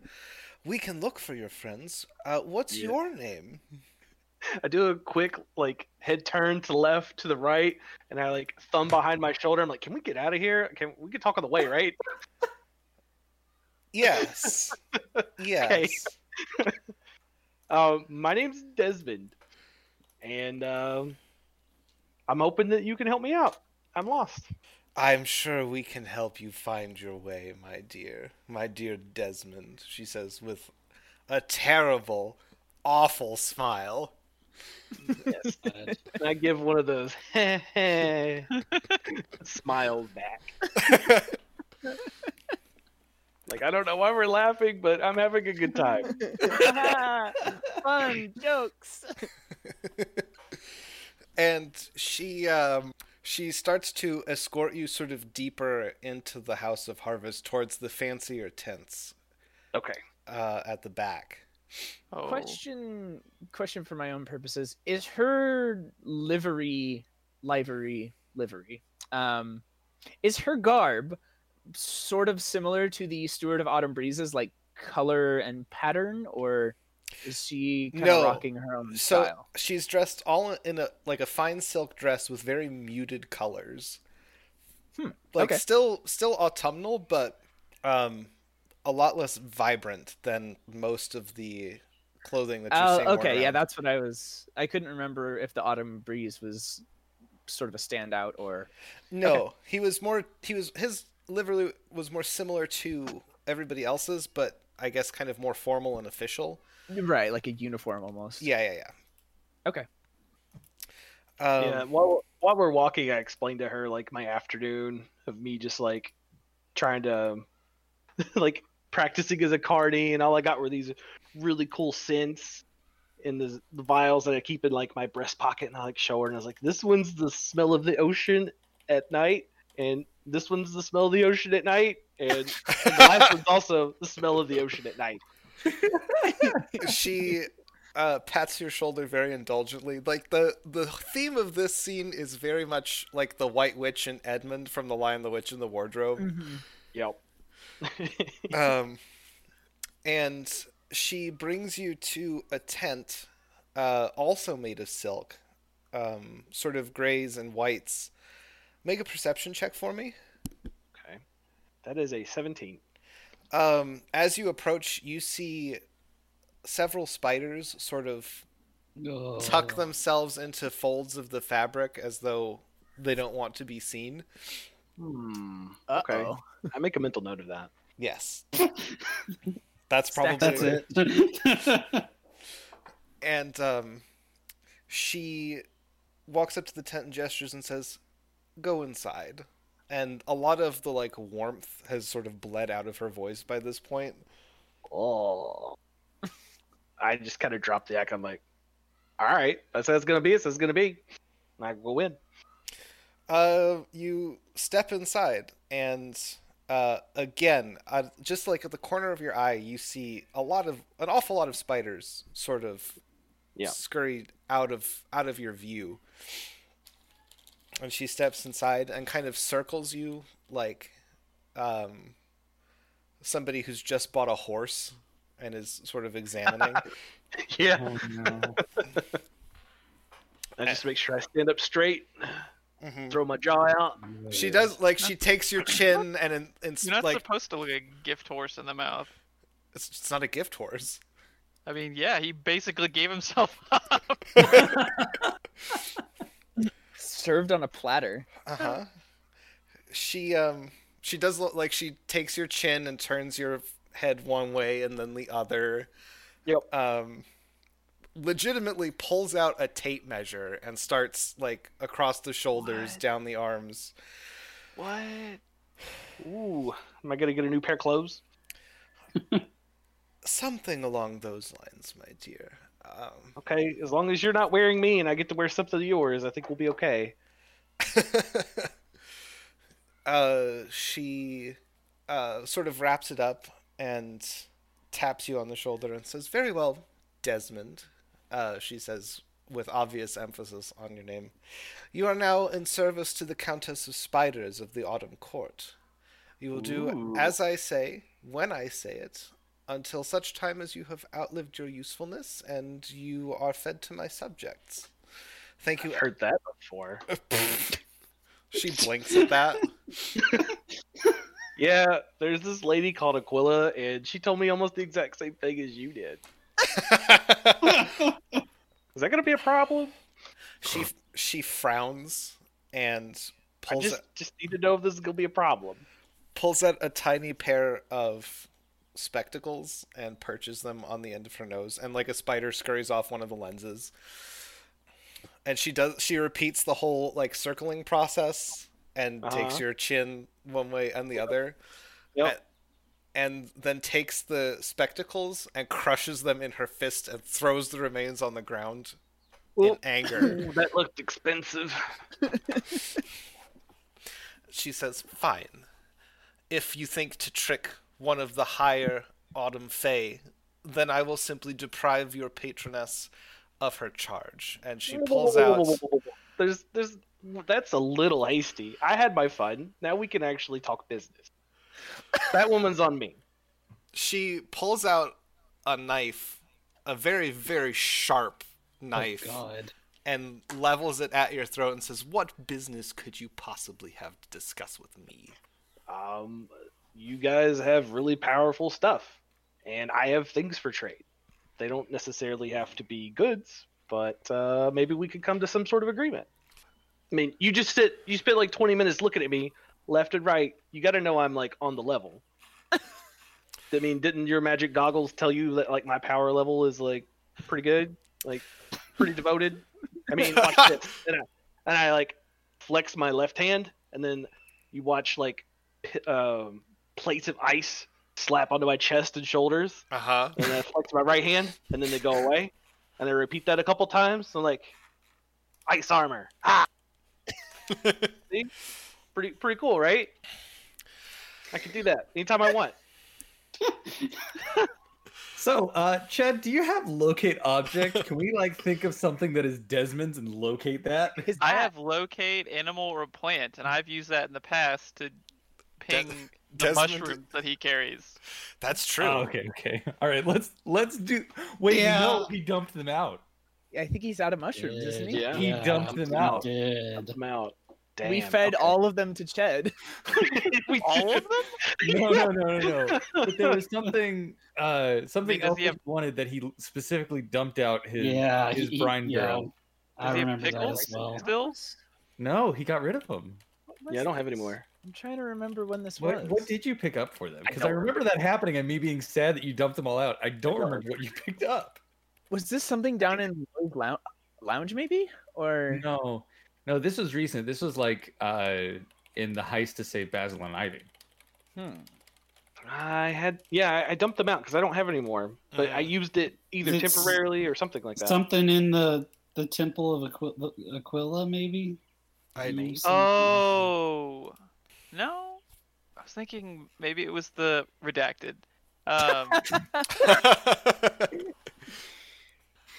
Speaker 1: We can look for your friends. Uh, what's
Speaker 2: Yeah.
Speaker 1: your name?"
Speaker 2: I do a quick like head turn to left to the right, and I like thumb behind my shoulder. I'm like, "Can we get out of here? Can we can talk on the way, right?"
Speaker 1: Yes. yes.
Speaker 2: Um, my name's Desmond, and um, I'm hoping that you can help me out. I'm lost.
Speaker 1: I'm sure we can help you find your way, my dear. My dear Desmond, she says with a terrible, awful smile.
Speaker 5: God.
Speaker 2: And I give one of those smiles back. Like I don't know why we're laughing, but I'm having a good time.
Speaker 6: Fun jokes.
Speaker 1: and she um she starts to escort you sort of deeper into the house of harvest towards the fancier tents
Speaker 2: Okay.
Speaker 1: uh at the back
Speaker 3: Oh.
Speaker 6: Question question for my own purposes. Is her livery livery livery? Um is her garb sort of similar to the Steward of Autumn Breezes, like color and pattern, or is she kind
Speaker 1: No.
Speaker 6: of rocking her own
Speaker 1: So-
Speaker 6: style?
Speaker 1: she's dressed all in a like a fine silk dress with very muted colors
Speaker 6: Hmm,
Speaker 1: like
Speaker 6: okay.
Speaker 1: still still autumnal but um a lot less vibrant than most of the clothing that you're
Speaker 6: Oh,
Speaker 1: seeing worn
Speaker 6: okay, yeah,
Speaker 1: around.
Speaker 6: that's what I was. I couldn't remember if the autumn breeze was sort of a standout or.
Speaker 1: No, he was more. He was his livery was more similar to everybody else's, but I guess kind of more formal and official.
Speaker 6: Right, like a uniform almost.
Speaker 1: Yeah, yeah, yeah.
Speaker 6: Okay.
Speaker 1: Um,
Speaker 2: yeah. While while we're walking, I explained to her like my afternoon of me just like trying to like practicing as a carny, and all I got were these really cool scents in the, the vials that I keep in like my breast pocket, and I like show her, and I was like, this one's the smell of the ocean at night, and this one's the smell of the ocean at night, and the last one's also the smell of the ocean at night.
Speaker 1: she uh, pats your shoulder very indulgently. Like the the theme of this scene is very much like the White Witch and Edmund from The Lion, the Witch, and the Wardrobe.
Speaker 6: Mhm.
Speaker 2: Yep.
Speaker 1: um, and she brings you to a tent, uh, also made of silk, um, sort of grays and whites. Make a perception check for me.
Speaker 2: Okay. That is a 17.
Speaker 1: Um, as you approach, you see several spiders sort of
Speaker 5: Oh.
Speaker 1: tuck themselves into folds of the fabric as though they don't want to be seen.
Speaker 5: Hmm.
Speaker 2: Okay. I make a mental note of that.
Speaker 1: Yes. That's probably
Speaker 6: Stack-
Speaker 5: That's it.
Speaker 1: And um, she walks up to the tent and gestures and says, "Go inside." And a lot of the like warmth has sort of bled out of her voice by this point.
Speaker 2: Oh. I just kind of dropped the act. I'm like, all right, that's how it's going to be. That's how it's going to be. And I go in.
Speaker 1: Uh, you step inside, and uh, again, uh, just like at the corner of your eye, you see a lot of an awful lot of spiders sort of
Speaker 2: Yeah.
Speaker 1: scurried out of out of your view. And she steps inside and kind of circles you like um, somebody who's just bought a horse and is sort of examining.
Speaker 2: Yeah.
Speaker 5: oh, no.
Speaker 2: I just make sure I stand up straight,
Speaker 1: hmm
Speaker 2: throw my jaw out.
Speaker 1: She does like she takes your chin and and, and
Speaker 3: Oh, You're not
Speaker 1: like
Speaker 3: supposed to look a gift horse in the mouth.
Speaker 1: it's, it's not a gift horse.
Speaker 3: I mean, yeah, he basically gave himself up.
Speaker 6: Served on a platter.
Speaker 1: Uh-huh. She um she does look like she takes your chin and turns your head one way and then the other.
Speaker 2: Yep.
Speaker 1: Um legitimately pulls out a tape measure and starts like across the shoulders,
Speaker 3: What?
Speaker 1: down the arms.
Speaker 3: what?
Speaker 2: Ooh, am I going to get a new pair of clothes?
Speaker 1: Something along those lines, my dear. Um
Speaker 2: Okay, as long as you're not wearing me and I get to wear something of yours, I think we'll be okay.
Speaker 1: uh, she uh, sort of wraps it up and taps you on the shoulder and says, Very well, Desmond. Uh, she says, with obvious emphasis on your name, You are now in service to the Countess of Spiders of the Autumn Court. You will do
Speaker 2: Ooh.
Speaker 1: as I say, when I say it, until such time as you have outlived your usefulness and you are fed to my subjects. Thank you.
Speaker 2: I've heard that before.
Speaker 1: she blinks at that.
Speaker 2: Yeah, there's this lady called Aquila, and she told me almost the exact same thing as you did. Is that going to be a problem?
Speaker 1: she she frowns and
Speaker 2: I
Speaker 1: pulls
Speaker 2: just, just need to know if this is going to be a problem.
Speaker 1: pulls out a tiny pair of spectacles and perches them on the end of her nose and like a spider scurries off one of the lenses and she does she repeats the whole like circling process and takes
Speaker 2: Uh-huh.
Speaker 1: your chin one way and the other
Speaker 2: Yep.
Speaker 1: and then takes the spectacles and crushes them in her fist and throws the remains on the ground in
Speaker 2: Oop.
Speaker 1: anger
Speaker 2: Ooh, that looked expensive.
Speaker 1: she says, Fine. If you think to trick one of the higher autumn fae, then I will simply deprive your patroness of her charge. And she pulls out.
Speaker 2: There's, there's, that's a little hasty. I had my fun. Now we can actually talk business. That woman's on me.
Speaker 1: She pulls out a knife, a very, very sharp knife,
Speaker 5: God.
Speaker 1: and levels it at your throat and says, What business could you possibly have to discuss with me?
Speaker 2: Um, you guys have really powerful stuff, and I have things for trade. They don't necessarily have to be goods, but uh, maybe we could come to some sort of agreement. I mean, you just sit, you spent like 20 minutes looking at me, left and right. You got to know I'm like on the level. I mean, didn't your magic goggles tell you that like my power level is like pretty good, like pretty devoted? I mean, watch this, and I, and I like flex my left hand, and then you watch like p- um, plates of ice slap onto my chest and shoulders,
Speaker 1: Uh huh.
Speaker 3: Uh-huh.
Speaker 2: and then I flex my right hand, and then they go away, and I repeat that a couple times. So like, ice armor. Ah, see, pretty pretty cool, right? I can do that anytime I want.
Speaker 4: So, uh, Chad, do you have locate object? Can we like think of something that is Desmond's and locate that?
Speaker 6: His
Speaker 3: I
Speaker 6: hat.
Speaker 3: have locate animal or plant, and I've used that in the past to ping the
Speaker 1: Desmond-
Speaker 3: mushroom that he carries.
Speaker 1: That's true.
Speaker 4: Oh, okay, okay. All right, let's let's do. Wait,
Speaker 5: Yeah.
Speaker 4: no, he dumped them out.
Speaker 6: I think he's out of mushrooms, isn't he?
Speaker 2: Uh, Yeah.
Speaker 4: He dumped them out.
Speaker 5: Dead.
Speaker 2: I'm out. Damn.
Speaker 6: we fed
Speaker 2: okay.
Speaker 6: all of them to Ched.
Speaker 2: We
Speaker 3: All of
Speaker 2: did.
Speaker 3: them?
Speaker 4: No, no, no, no, no. But there was something, uh, something
Speaker 3: Because
Speaker 4: else
Speaker 3: he
Speaker 4: he
Speaker 3: have-
Speaker 4: wanted that he specifically dumped out his.
Speaker 5: Yeah,
Speaker 4: his brine
Speaker 5: yeah.
Speaker 4: barrel.
Speaker 5: I
Speaker 3: Does he have
Speaker 5: remember that
Speaker 3: pickles?
Speaker 5: as well.
Speaker 3: Still?
Speaker 4: No, he got rid of them.
Speaker 2: Yeah, I don't have any more.
Speaker 6: I'm trying to remember when this
Speaker 4: What,
Speaker 6: was.
Speaker 4: what did you pick up for them?
Speaker 6: I
Speaker 4: Because I,
Speaker 6: don't
Speaker 4: remember that happening and me being sad that you dumped them all out. I don't
Speaker 2: don't
Speaker 4: remember what you picked up.
Speaker 6: Was this something down in Rogue Lou- Lounge, maybe? Or
Speaker 4: No, no, this was recent. This was like uh, in the heist to save Basil and Ivy.
Speaker 6: hmm.
Speaker 2: I had yeah, I- I dumped them out because I don't have any more. But I
Speaker 1: Mhm.
Speaker 2: used it either
Speaker 5: It's-
Speaker 2: temporarily or something like that.
Speaker 5: Something in the the temple of Aquila, Aquila maybe.
Speaker 1: I,
Speaker 3: Oh no! I was thinking maybe it was the redacted. Um,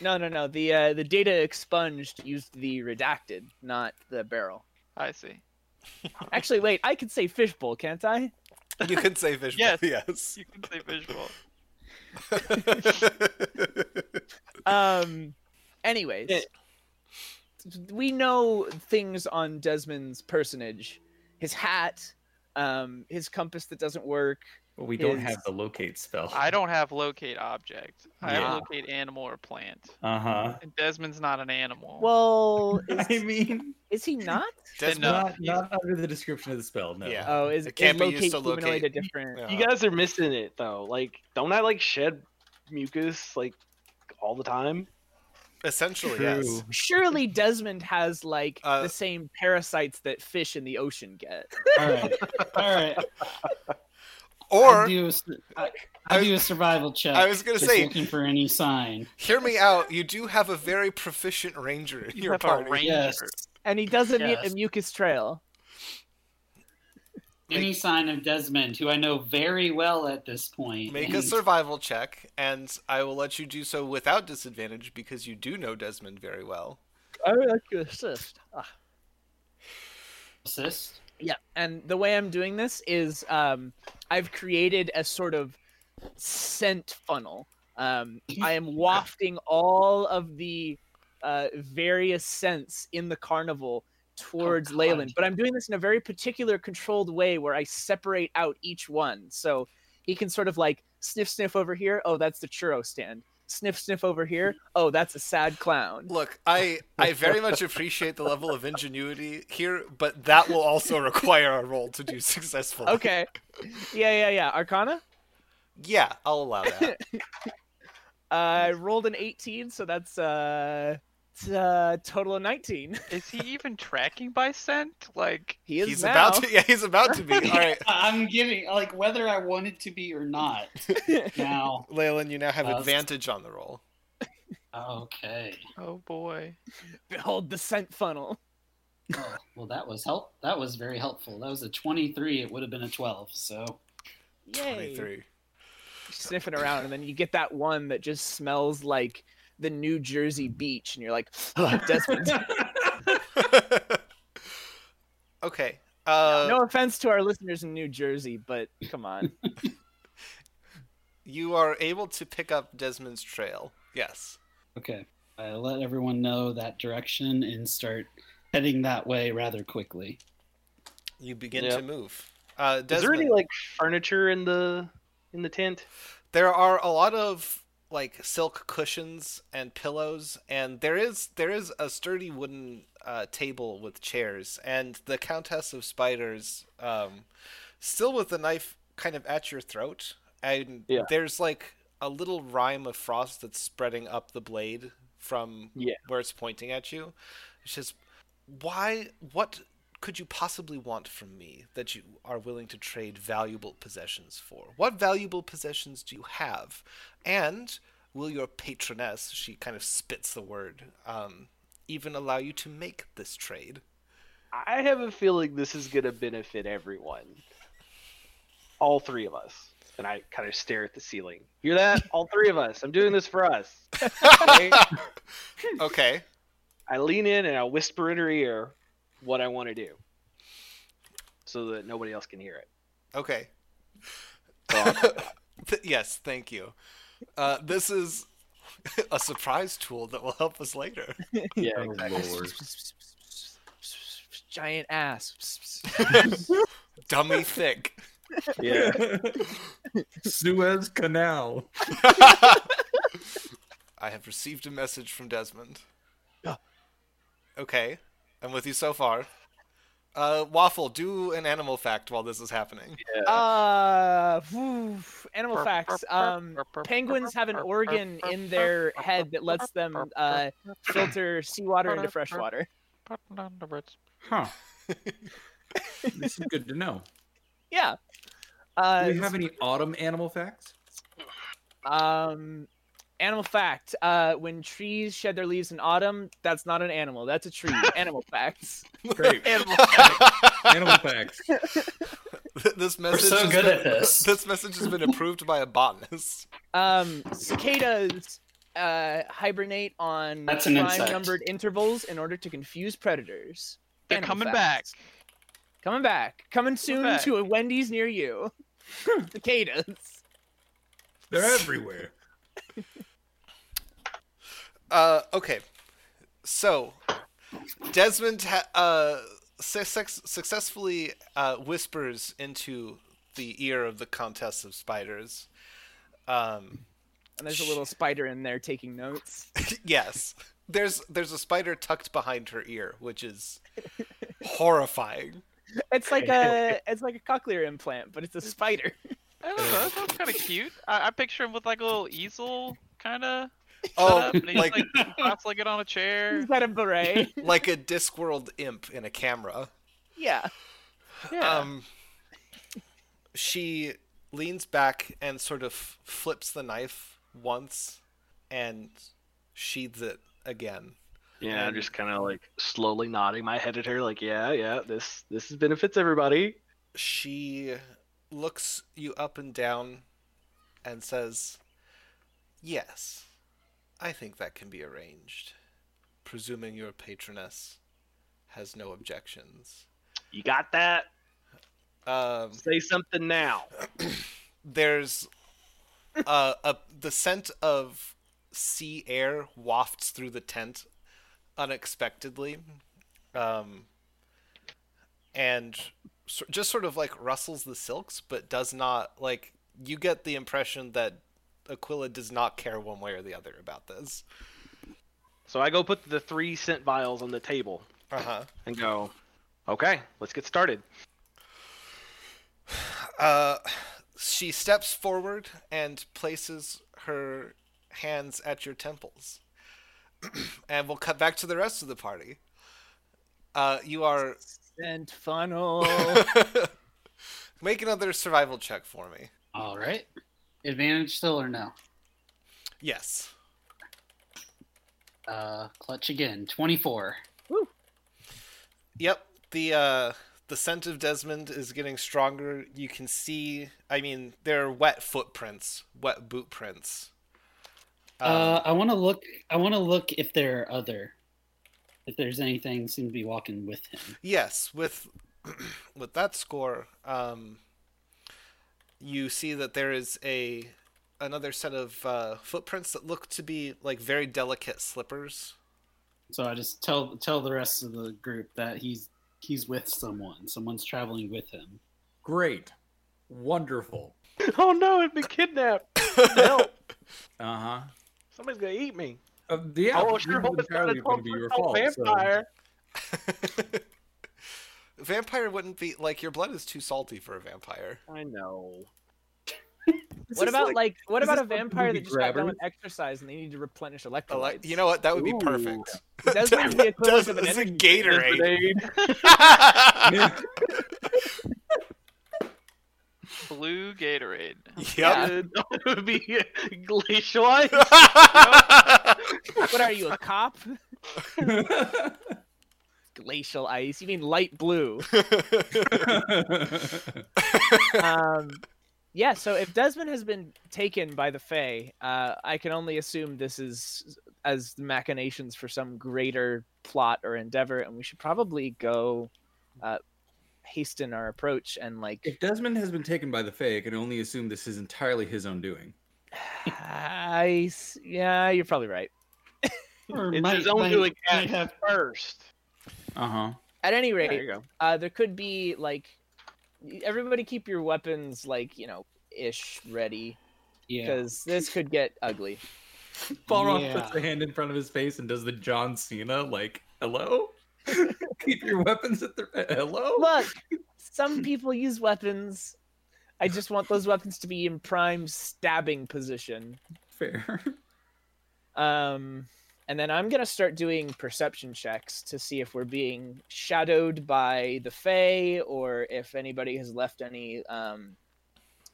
Speaker 6: No, no, no. The uh, the data expunged used the redacted, not the barrel.
Speaker 3: I see.
Speaker 6: Actually, wait. I could say fishbowl, can't I?
Speaker 1: you could say fish.
Speaker 3: Yes.
Speaker 1: yes.
Speaker 3: You can say visual.
Speaker 6: Um. Anyways,
Speaker 2: Yeah.
Speaker 6: we know things on Desmond's personage, his hat, um, his compass that doesn't work.
Speaker 4: But we don't
Speaker 6: Is-
Speaker 4: have the locate spell.
Speaker 3: I don't have locate object. I
Speaker 4: Yeah.
Speaker 3: have locate animal or plant.
Speaker 4: Uh huh.
Speaker 3: And Desmond's not an animal.
Speaker 6: Well, is,
Speaker 4: I mean,
Speaker 6: is he not?
Speaker 1: Desmond,
Speaker 3: No,
Speaker 4: not, not under the description of the spell. No.
Speaker 1: Yeah.
Speaker 6: Oh, is
Speaker 1: It can't
Speaker 6: is
Speaker 1: be
Speaker 6: locate
Speaker 1: used to
Speaker 6: humanoid
Speaker 1: locate.
Speaker 6: a different?
Speaker 1: Yeah.
Speaker 2: You guys are missing it though. Like, don't I like shed mucus like all the time?
Speaker 1: essentially,
Speaker 4: True.
Speaker 1: yes.
Speaker 6: Surely Desmond has like
Speaker 1: Uh,
Speaker 6: the same parasites that fish in the ocean get.
Speaker 5: All right, all right. I
Speaker 1: Or
Speaker 5: do a, su- I,
Speaker 1: I
Speaker 5: I
Speaker 1: was-
Speaker 5: do a survival check.
Speaker 1: I was gonna
Speaker 5: just
Speaker 1: say-
Speaker 5: looking for any sign.
Speaker 1: hear me out. You do have a very proficient ranger in
Speaker 3: You
Speaker 1: your
Speaker 3: have a
Speaker 1: party.
Speaker 3: ranger.
Speaker 5: Yes,
Speaker 6: And he doesn't get
Speaker 5: Yes.
Speaker 6: a mucus trail.
Speaker 5: any sign of Desmond, who I know very well at this point.
Speaker 1: Make
Speaker 5: and-
Speaker 1: a survival check, and I will let you do so without disadvantage because you do know Desmond very well.
Speaker 6: I would like to assist.
Speaker 5: assist.
Speaker 6: Yeah, and the way I'm doing this is um, I've created a sort of scent funnel. Um, I am wafting all of the uh, various scents in the carnival towards
Speaker 5: God.
Speaker 6: Leyland, but I'm doing this in a very particular, controlled way where I separate out each one. So he can sort of like sniff, sniff over here. Oh, that's the churro stand. Sniff, sniff over here. Oh, that's a sad clown.
Speaker 1: Look, I I very much appreciate the level of ingenuity here, but that will also require a roll to do successfully.
Speaker 6: Okay. Yeah, yeah, yeah. Arcana?
Speaker 1: Yeah, I'll allow that.
Speaker 6: Uh, I rolled an 18, so that's uh, it's, uh total of 19.
Speaker 3: Is he even tracking by scent? Like,
Speaker 6: He is
Speaker 1: He's
Speaker 6: now.
Speaker 1: about to. Yeah, he's about to be. All right,
Speaker 5: I- I'm giving like whether I wanted to be or not. now,
Speaker 1: Leyland, you now have
Speaker 5: Uh,
Speaker 1: advantage on the roll.
Speaker 5: okay.
Speaker 3: oh boy.
Speaker 6: Behold the scent funnel.
Speaker 5: Oh, well, that was help. That was very helpful. That was a 23. It would have been a 12. So
Speaker 6: Yay.
Speaker 1: Twenty-three.
Speaker 6: Sniffing around, and then you get that one that just smells like the New Jersey beach, and you're like, Desmond.
Speaker 1: okay. Uh,
Speaker 6: no offense to our listeners in New Jersey, but come on.
Speaker 1: You are able to pick up Desmond's trail. Yes.
Speaker 5: okay, I let everyone know that direction and start heading that way rather quickly.
Speaker 1: You begin
Speaker 2: Yeah.
Speaker 1: to move. Uh, Desmond,
Speaker 2: Is there any like furniture in the in the tent?
Speaker 1: there are a lot of like silk cushions and pillows and there is there is a sturdy wooden uh, table with chairs and the countess of spiders um, still with the knife kind of at your throat and
Speaker 2: Yeah.
Speaker 1: there's like a little rime of frost that's spreading up the blade from
Speaker 2: Yeah.
Speaker 1: where it's pointing at you it's just why what could you possibly want from me that you are willing to trade valuable possessions for? What valuable possessions do you have? And will your patroness, she kind of spits the word, um, even allow you to make this trade?
Speaker 2: I have a feeling this is gonna benefit everyone. All three of us. And I kind of stare at the ceiling. Hear that? All three of us. I'm doing this for us. Okay?
Speaker 1: okay.
Speaker 2: I lean in and I whisper in her ear what I want to do, so that nobody else can hear it.
Speaker 1: Okay.
Speaker 3: Fuck.
Speaker 1: Th- yes, thank you. Uh, this is a surprise tool that will help us later.
Speaker 4: Yeah,
Speaker 6: Giant ass.
Speaker 1: Dummy thick.
Speaker 4: yeah. Suez Canal.
Speaker 1: I have received a message from Desmond.
Speaker 6: Yeah.
Speaker 1: Okay, I'm with you so far. Uh, Waffle, do an animal fact while this is happening.
Speaker 6: Uh, whew, animal facts. Um, penguins have an organ in their head that lets them uh, filter seawater into fresh water.
Speaker 4: Huh. this is good to know.
Speaker 6: Yeah. Uh,
Speaker 4: Do we have any autumn animal facts?
Speaker 6: um, animal fact. Uh, when trees shed their leaves in autumn, that's not an animal. That's a tree. animal facts.
Speaker 4: Great.
Speaker 3: Animal
Speaker 4: animal facts.
Speaker 1: this
Speaker 5: We're
Speaker 1: message.
Speaker 5: so
Speaker 1: has
Speaker 5: good
Speaker 1: been-
Speaker 5: at this.
Speaker 1: This message has been approved by a botanist.
Speaker 6: Um, cicadas uh, hibernate on
Speaker 5: That's an insect.
Speaker 6: numbered intervals in order to confuse predators.
Speaker 3: They're
Speaker 6: Animal
Speaker 3: coming back.
Speaker 6: facts. Coming back. Coming soon
Speaker 3: back.
Speaker 6: to a Wendy's near you. Cicadas.
Speaker 4: They're everywhere.
Speaker 1: Uh, okay. So, Desmond ha- uh, su- suc- successfully uh, whispers into the ear of the Countess of Spiders. Um,
Speaker 6: And there's a little spider in there taking notes.
Speaker 1: yes, there's there's a spider tucked behind her ear, which is horrifying.
Speaker 6: It's like a it's like a cochlear implant, but it's a spider.
Speaker 3: I don't know. That sounds kind of cute. I, I picture him with like a little easel, kind of.
Speaker 1: Oh,
Speaker 3: and he's
Speaker 1: like
Speaker 3: like cross-legged on a chair.
Speaker 6: Is that a beret?
Speaker 1: like a Discworld imp in a camera.
Speaker 6: yeah.
Speaker 3: Yeah.
Speaker 1: Um, she leans back and sort of flips the knife once and sheathes it again.
Speaker 2: Yeah, I'm just kind of like slowly nodding my head at her, like, yeah, yeah, this this benefits everybody.
Speaker 1: She looks you up and down and says, Yes, I think that can be arranged, presuming your patroness has no objections.
Speaker 2: You got that?
Speaker 1: Um,
Speaker 2: Say something now.
Speaker 1: there's uh, a the scent of sea air wafts through the tent unexpectedly, um, and so, just sort of like rustles the silks, but does not like. You get the impression that Aquila does not care one way or the other about this.
Speaker 2: So I go put the three scent vials on the table
Speaker 1: Uh huh.
Speaker 2: and go, okay, let's get started.
Speaker 1: Uh, she steps forward and places her hands at your temples. and we'll cut back to the rest of the party. Uh, you are.
Speaker 6: And funnel.
Speaker 1: Make another survival check for me.
Speaker 5: All right. Advantage still or no?
Speaker 1: Yes.
Speaker 5: Uh, clutch again. 24.
Speaker 1: Yep. The uh, the scent of Desmond is getting stronger. You can see. I mean, there are wet footprints, wet boot prints.
Speaker 5: Uh, I want to look. I want to look if there are other. If there's anything, seem to be walking with him.
Speaker 1: Yes, with with that score, um, you see that there is a another set of uh, footprints that look to be like very delicate slippers.
Speaker 5: So I just tell tell the rest of the group that he's he's with someone. Someone's traveling with him.
Speaker 4: Great. Wonderful.
Speaker 2: Oh no, I've been kidnapped. Help!
Speaker 4: Uh-huh.
Speaker 2: Somebody's gonna eat me.
Speaker 4: Uh Yeah.
Speaker 2: oh, I
Speaker 4: this
Speaker 2: sure
Speaker 4: is
Speaker 2: hope it's not
Speaker 4: entirely
Speaker 2: a
Speaker 4: going
Speaker 2: 12
Speaker 4: to be your
Speaker 2: foot
Speaker 4: fault. so-
Speaker 2: vampire.
Speaker 1: vampire wouldn't be like your blood is too salty for a vampire.
Speaker 2: I know.
Speaker 6: what about like, what
Speaker 4: is
Speaker 6: about
Speaker 4: this
Speaker 6: a
Speaker 4: like
Speaker 6: vampire that
Speaker 4: booby
Speaker 6: just got done
Speaker 4: grabbers?
Speaker 6: with exercise and they need to replenish electrolytes?
Speaker 1: Ele- you know what? That would be
Speaker 2: Ooh.
Speaker 1: perfect.
Speaker 6: That's like the equivalent of an
Speaker 1: That's a
Speaker 6: energy
Speaker 1: Gatorade.
Speaker 2: Lemonade.
Speaker 1: yep.
Speaker 3: Blue Gatorade.
Speaker 2: It would be glacial ice.
Speaker 6: What are you, a cop? Glacial ice. You mean light blue? Um, yeah. So if Desmond has been taken by the Fae, uh, I can only assume this is as the machinations for some greater plot or endeavor, and we should probably go uh, hasten our approach and like
Speaker 4: If Desmond has been taken by the Fae, I can only assume this is entirely his own doing.
Speaker 6: I s- yeah, you're probably right.
Speaker 5: Or
Speaker 2: It's
Speaker 5: might-
Speaker 2: his own
Speaker 5: might-
Speaker 2: doing
Speaker 5: might
Speaker 2: at
Speaker 5: have-
Speaker 2: first.
Speaker 4: Uh
Speaker 2: Uh-huh.
Speaker 4: huh.
Speaker 6: At any rate,
Speaker 2: There you go.
Speaker 6: uh, there could be like everybody keep your weapons like you know ish ready
Speaker 5: yeah.
Speaker 6: because this could get ugly.
Speaker 4: Balrog
Speaker 5: Yeah.
Speaker 4: puts the hand in front of his face and does the John Cena like, "Hello, keep your weapons at the hello."
Speaker 6: Look, some people use weapons. I just want those weapons to be in prime stabbing position.
Speaker 4: Fair.
Speaker 6: Um, and then I'm gonna start doing perception checks to see if we're being shadowed by the Fae or if anybody has left any, um,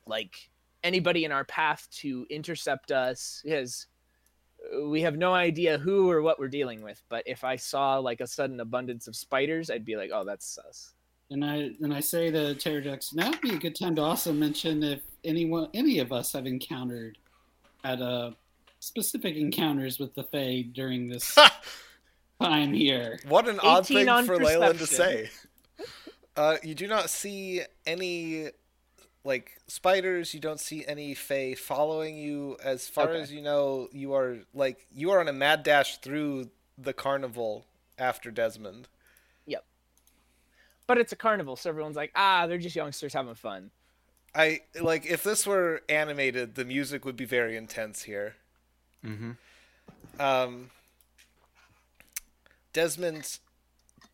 Speaker 6: like anybody in our path to intercept us. Because we have no idea who or what we're dealing with. But if I saw like a sudden abundance of spiders, I'd be like, "Oh, that's sus."
Speaker 5: And I and I say to Terradex, now would be a good time to also mention if anyone, any of us, have encountered at uh, specific encounters with the Fae during this time here.
Speaker 1: What an odd
Speaker 6: 18
Speaker 1: thing
Speaker 6: on
Speaker 1: for Leyland to say.
Speaker 6: perception.
Speaker 1: Uh, you do not see any like spiders. You don't see any fae following you. As far
Speaker 6: Okay.
Speaker 1: as you know, you are like you are on a mad dash through the carnival after Desmond.
Speaker 6: But it's a carnival, so everyone's like, "Ah, they're just youngsters having fun."
Speaker 1: I like if this were animated, the music would be very intense here.
Speaker 4: Mm-hmm.
Speaker 1: Um, Desmond,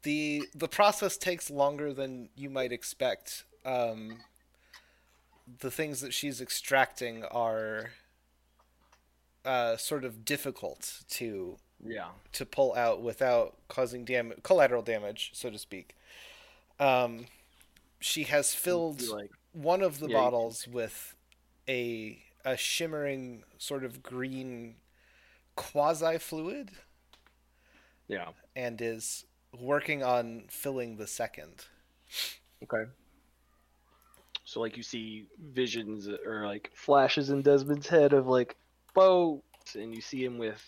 Speaker 1: the the process takes longer than you might expect. Um, the things that she's extracting are uh, sort of difficult to
Speaker 6: Yeah.
Speaker 1: to pull out without causing dam- collateral damage, so to speak. Um, she has filled
Speaker 2: Like,
Speaker 1: one of the
Speaker 2: Yeah, you can
Speaker 1: bottles with a a shimmering sort of green quasi fluid
Speaker 2: yeah.
Speaker 1: and is working on filling the second.
Speaker 2: Okay. So like you see visions or like flashes in Desmond's head of like boats, and you see him with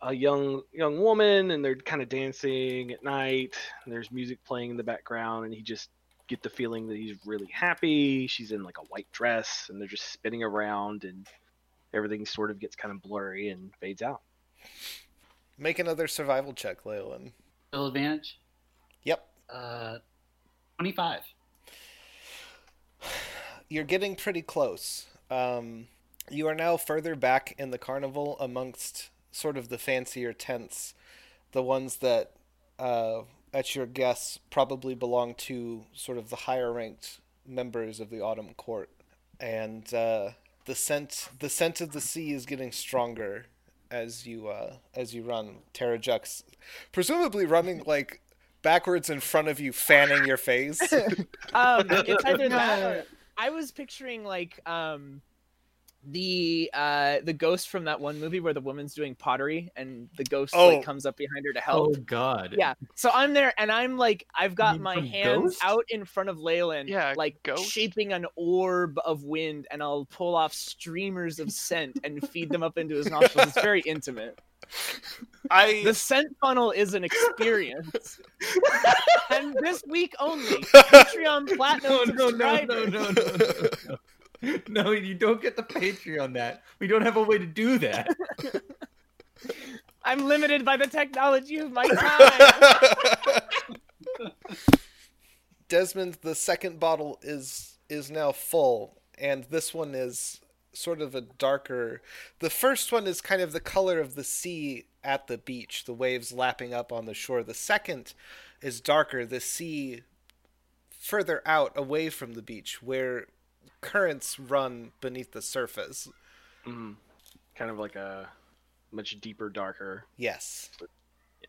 Speaker 2: a young young woman, and they're kind of dancing at night. And there's music playing in the background, and he just get the feeling that he's really happy. She's in like a white dress, and they're just spinning around, and everything sort of gets kind of blurry and fades out.
Speaker 1: Make another survival check, Leyland.
Speaker 5: Bill advantage,
Speaker 1: Yep.
Speaker 5: uh, twenty-five.
Speaker 1: You're getting pretty close. Um, you are now further back in the carnival amongst sort of the fancier tents, the ones that, uh, at your guess, probably belong to sort of the higher ranked members of the Autumn Court. And uh, the scent, the scent of the sea is getting stronger as you uh, as you run. Terra Jux, presumably running like backwards in front of you, fanning your face.
Speaker 6: Um, it's either that or
Speaker 5: Yeah.
Speaker 6: I was picturing like um the uh the ghost from that one movie where the woman's doing pottery and the ghost
Speaker 1: Oh.
Speaker 6: like comes up behind her to help.
Speaker 4: God.
Speaker 6: Yeah. So I'm there and I'm like I've got
Speaker 4: Oh. mean
Speaker 6: my
Speaker 4: from
Speaker 6: hands
Speaker 4: Ghost?
Speaker 6: out in front of Leyland,
Speaker 3: Yeah,
Speaker 6: like
Speaker 3: Ghost.
Speaker 6: shaping an orb of wind and I'll pull off streamers of scent and feed them up into his nostrils. It's very intimate.
Speaker 1: I
Speaker 6: The scent funnel is an experience. and this week only, Patreon Platinum
Speaker 4: No, no, no,
Speaker 6: subscribers.
Speaker 4: no, no, no, no, no. No, you don't get the Patreon that. We don't have a way to do that.
Speaker 6: I'm limited by the technology of my time.
Speaker 1: Desmond, the second bottle is is now full, and this one is sort of a darker. The first one is kind of the color of the sea at the beach, the waves lapping up on the shore. The second is darker, the sea further out away from the beach where currents run beneath the surface.
Speaker 2: Mm. Kind of like a much deeper, darker.
Speaker 1: Yes.
Speaker 2: Yeah.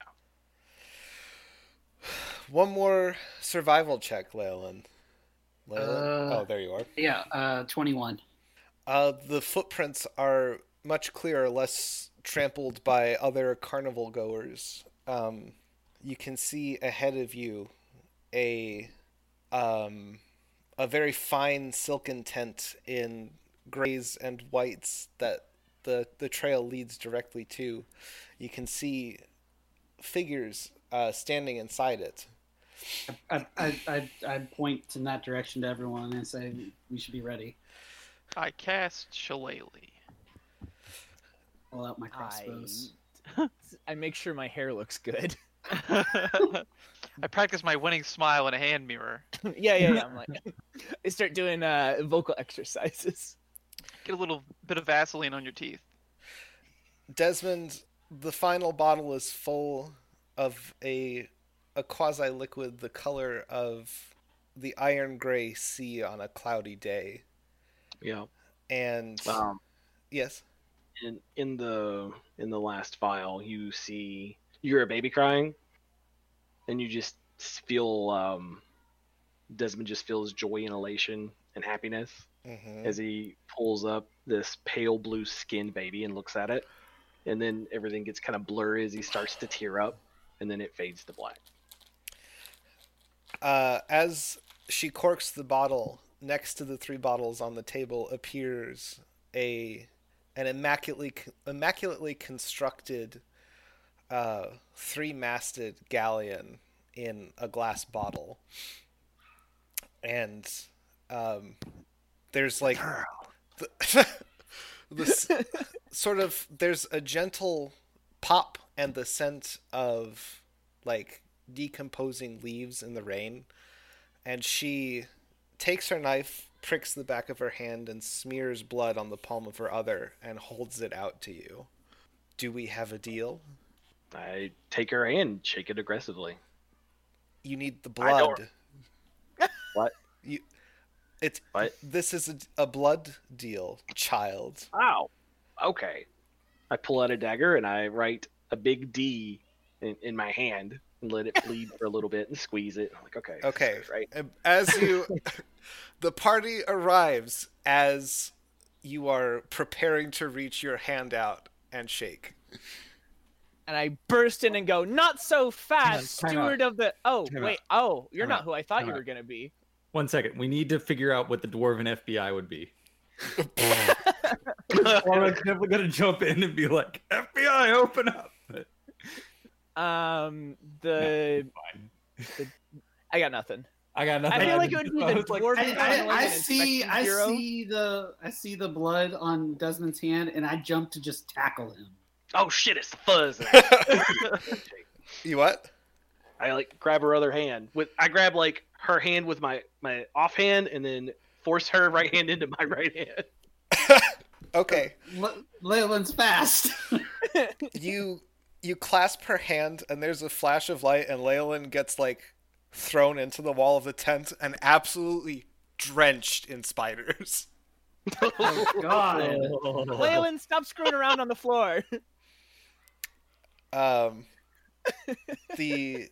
Speaker 1: One more survival check, Leyland. Leyland?
Speaker 5: Uh,
Speaker 1: oh, there you are.
Speaker 5: Yeah, uh, twenty-one.
Speaker 1: Uh, the footprints are much clearer, less trampled by other carnival goers. Um, you can see ahead of you a um, a very fine silken tent in grays and whites that the the trail leads directly to. You can see figures uh, standing inside it.
Speaker 5: I, I, I, I point in that direction to everyone and say we should be ready.
Speaker 3: I cast Shillelagh.
Speaker 5: Pull out my crossbows.
Speaker 6: I make sure my hair looks good.
Speaker 3: I practice my winning smile in a hand mirror.
Speaker 6: yeah, yeah, yeah. I'm like, I start doing uh, vocal exercises.
Speaker 3: Get a little bit of Vaseline on your teeth.
Speaker 1: Desmond, the final bottle is full of a a quasi liquid the color of the iron gray sea on a cloudy day.
Speaker 2: Yeah.
Speaker 1: And
Speaker 2: Um,
Speaker 1: yes,
Speaker 2: in in the in the last file you see you're a baby crying and you just feel um desmond just feels joy and elation and happiness
Speaker 1: hmm
Speaker 2: as he pulls up this pale blue skinned baby and looks at it and then everything gets kind of blurry as he starts to tear up and then it fades to black
Speaker 1: uh, as she corks the bottle next to the three bottles on the table appears a an immaculately immaculately constructed uh, three masted galleon in a glass bottle and um, there's like the, the s- sort of there's a gentle pop and the scent of like decomposing leaves in the rain and she takes her knife pricks the back of her hand and smears blood on the palm of her other and holds it out to you do we have a deal
Speaker 2: i take her hand shake it aggressively
Speaker 1: you need the
Speaker 2: I don't-
Speaker 1: blood
Speaker 2: What?
Speaker 1: you it's
Speaker 2: What?
Speaker 1: this is a, a blood deal child
Speaker 2: Wow. Okay. I pull out a dagger and I write a big D in, in my hand and let it bleed for a little bit and squeeze it. I'm like, okay.
Speaker 1: Okay. Um,
Speaker 2: Right.
Speaker 1: As you, the party arrives as you are preparing to reach your hand out and shake.
Speaker 6: And I burst in and go, not so fast,
Speaker 4: Time out, time
Speaker 6: steward of the. Oh,
Speaker 4: Time
Speaker 6: wait. Oh, you're
Speaker 4: Time
Speaker 6: not
Speaker 4: out,
Speaker 6: who I thought
Speaker 4: time
Speaker 6: you
Speaker 4: out.
Speaker 6: were going to be.
Speaker 4: One second. We need to figure out what the dwarven FBI would be. or I'm definitely gonna jump in and be like, FBI, open up.
Speaker 6: Um, the.
Speaker 4: fine.
Speaker 6: I got nothing.
Speaker 4: I got nothing.
Speaker 6: I feel like it
Speaker 4: just-
Speaker 6: would be
Speaker 4: I
Speaker 6: the
Speaker 4: was like,
Speaker 6: dwarven.
Speaker 5: I,
Speaker 6: kind of like
Speaker 5: I, I
Speaker 6: an
Speaker 5: see
Speaker 6: inspection
Speaker 5: I
Speaker 6: bureau.
Speaker 5: see the I see the blood on Desmond's hand and I jump to just tackle him.
Speaker 2: Oh shit! It's the fuzz. And
Speaker 1: You what?
Speaker 2: I, I like grab her other hand with. I grab like her hand with my my off hand and then force her right hand into my right hand.
Speaker 1: Okay.
Speaker 5: Le- Leyland's fast.
Speaker 1: You you clasp her hand and there's a flash of light and Leyland gets like thrown into the wall of the tent and absolutely drenched in spiders.
Speaker 5: oh God.
Speaker 6: Leyland, stop screwing around on the floor.
Speaker 1: Um, the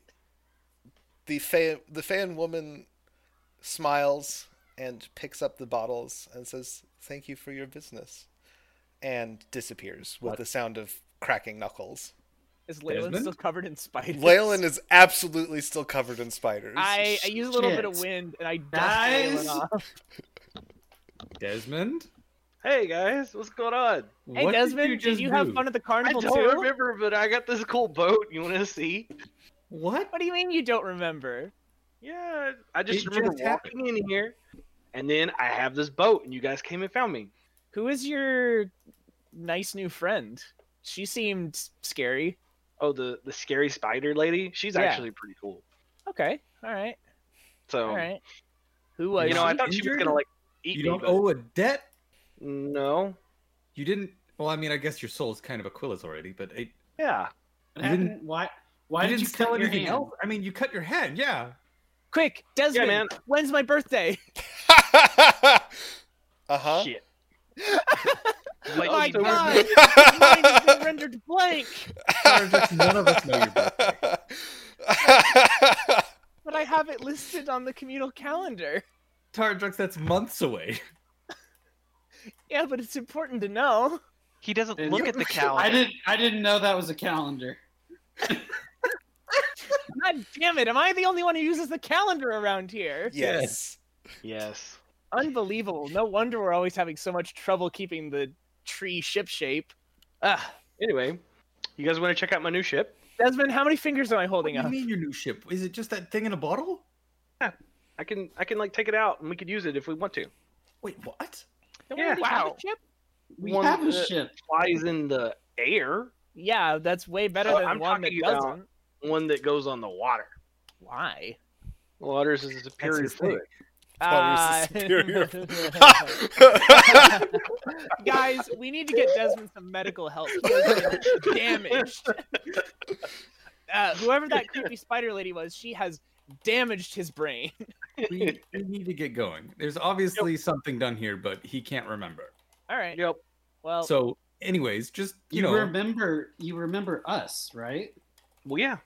Speaker 1: the fan the fan woman smiles and picks up the bottles and says, "Thank you for your business," and disappears with
Speaker 4: What?
Speaker 1: the sound of cracking knuckles.
Speaker 6: Is Leyland
Speaker 4: Desmond?
Speaker 6: still covered in spiders?
Speaker 1: Leyland is absolutely still covered in spiders.
Speaker 6: I, I use a little bit of
Speaker 5: Shit.
Speaker 6: wind and I dust
Speaker 5: Guys.
Speaker 6: Leyland off.
Speaker 4: Desmond?
Speaker 2: Hey guys, what's going on?
Speaker 6: Hey
Speaker 4: What
Speaker 6: Desmond, did you,
Speaker 4: just
Speaker 6: have
Speaker 4: do?
Speaker 6: fun at the
Speaker 2: I
Speaker 6: carnival
Speaker 2: don't
Speaker 6: too?
Speaker 2: remember, but I got this cool boat. You want to see?
Speaker 5: What?
Speaker 6: What do you mean you don't remember?
Speaker 2: Yeah, I just
Speaker 4: It
Speaker 2: remember
Speaker 4: just
Speaker 2: walking in here, and then I have this boat, and you guys came and found me.
Speaker 6: Who is your nice new friend? She seemed scary.
Speaker 2: Oh, the the scary spider lady. She's
Speaker 6: Yeah.
Speaker 2: actually pretty cool.
Speaker 6: Okay, all right,
Speaker 2: So
Speaker 6: all right. Who was?
Speaker 2: Um, you know, I
Speaker 6: she?
Speaker 2: thought she was
Speaker 4: injured?
Speaker 2: gonna like eat
Speaker 4: You
Speaker 2: me.
Speaker 4: don't
Speaker 2: but-
Speaker 4: owe a debt?
Speaker 2: No.
Speaker 4: You didn't well, I mean, I guess your soul is kind of Aquila's already, but it,
Speaker 2: Yeah.
Speaker 5: What
Speaker 4: You
Speaker 5: happened?
Speaker 4: didn't-
Speaker 5: Why? Why did you
Speaker 4: didn't sell
Speaker 5: cut your
Speaker 4: anything
Speaker 5: hand?
Speaker 4: else. I mean, you cut your hand, yeah.
Speaker 6: Quick, Desmond.
Speaker 2: man.
Speaker 6: When's my birthday?
Speaker 1: uh
Speaker 2: Shit.
Speaker 3: Like,
Speaker 6: oh my
Speaker 3: so we're-
Speaker 6: god, mine has been
Speaker 1: huh.
Speaker 6: rendered blank.
Speaker 4: None of us know your birthday.
Speaker 6: But I have it listed on the communal calendar.
Speaker 4: Tardrux, that's months away.
Speaker 6: Yeah, but it's important to know.
Speaker 3: He doesn't
Speaker 5: And
Speaker 3: look
Speaker 5: you-
Speaker 3: at the calendar.
Speaker 5: I didn't. I didn't know that was a calendar.
Speaker 6: God damn it! Am I the only one who uses the calendar around here?
Speaker 1: yes.
Speaker 2: Yes.
Speaker 6: Unbelievable. No wonder we're always having so much trouble keeping the tree ship shape. Ugh.
Speaker 2: Anyway, you guys want to check out my new ship?
Speaker 6: Desmond, how many fingers am I holding
Speaker 4: what
Speaker 6: up?
Speaker 4: do you mean your new ship? Is it just that thing in a bottle?
Speaker 2: I can I can like take it out and we could use it if we want to.
Speaker 4: Wait, what?
Speaker 6: Don't
Speaker 2: Yeah.
Speaker 6: already have a
Speaker 3: Wow.
Speaker 6: chip?
Speaker 5: We
Speaker 2: One
Speaker 5: have a
Speaker 2: that
Speaker 5: ship.
Speaker 2: flies in the air,
Speaker 6: Yeah, that's way better
Speaker 2: Oh,
Speaker 6: than
Speaker 2: I'm
Speaker 6: one that
Speaker 2: talking
Speaker 6: doesn't.
Speaker 2: about- one that goes on the water.
Speaker 6: Why?
Speaker 2: Water's is a superior
Speaker 4: his thing.
Speaker 2: fluid.
Speaker 6: Uh,
Speaker 7: Water's superior.
Speaker 6: guys, we need to get Desmond some medical help. He has been damaged. Uh, whoever that creepy spider lady was, she has damaged his brain.
Speaker 4: We, we need to get going. There's obviously something done here, but he can't remember.
Speaker 6: All right.
Speaker 2: Yep.
Speaker 6: Well,
Speaker 4: So, anyways, just you,
Speaker 5: You,
Speaker 4: know,
Speaker 5: remember, you remember us, right?
Speaker 2: Well, yeah.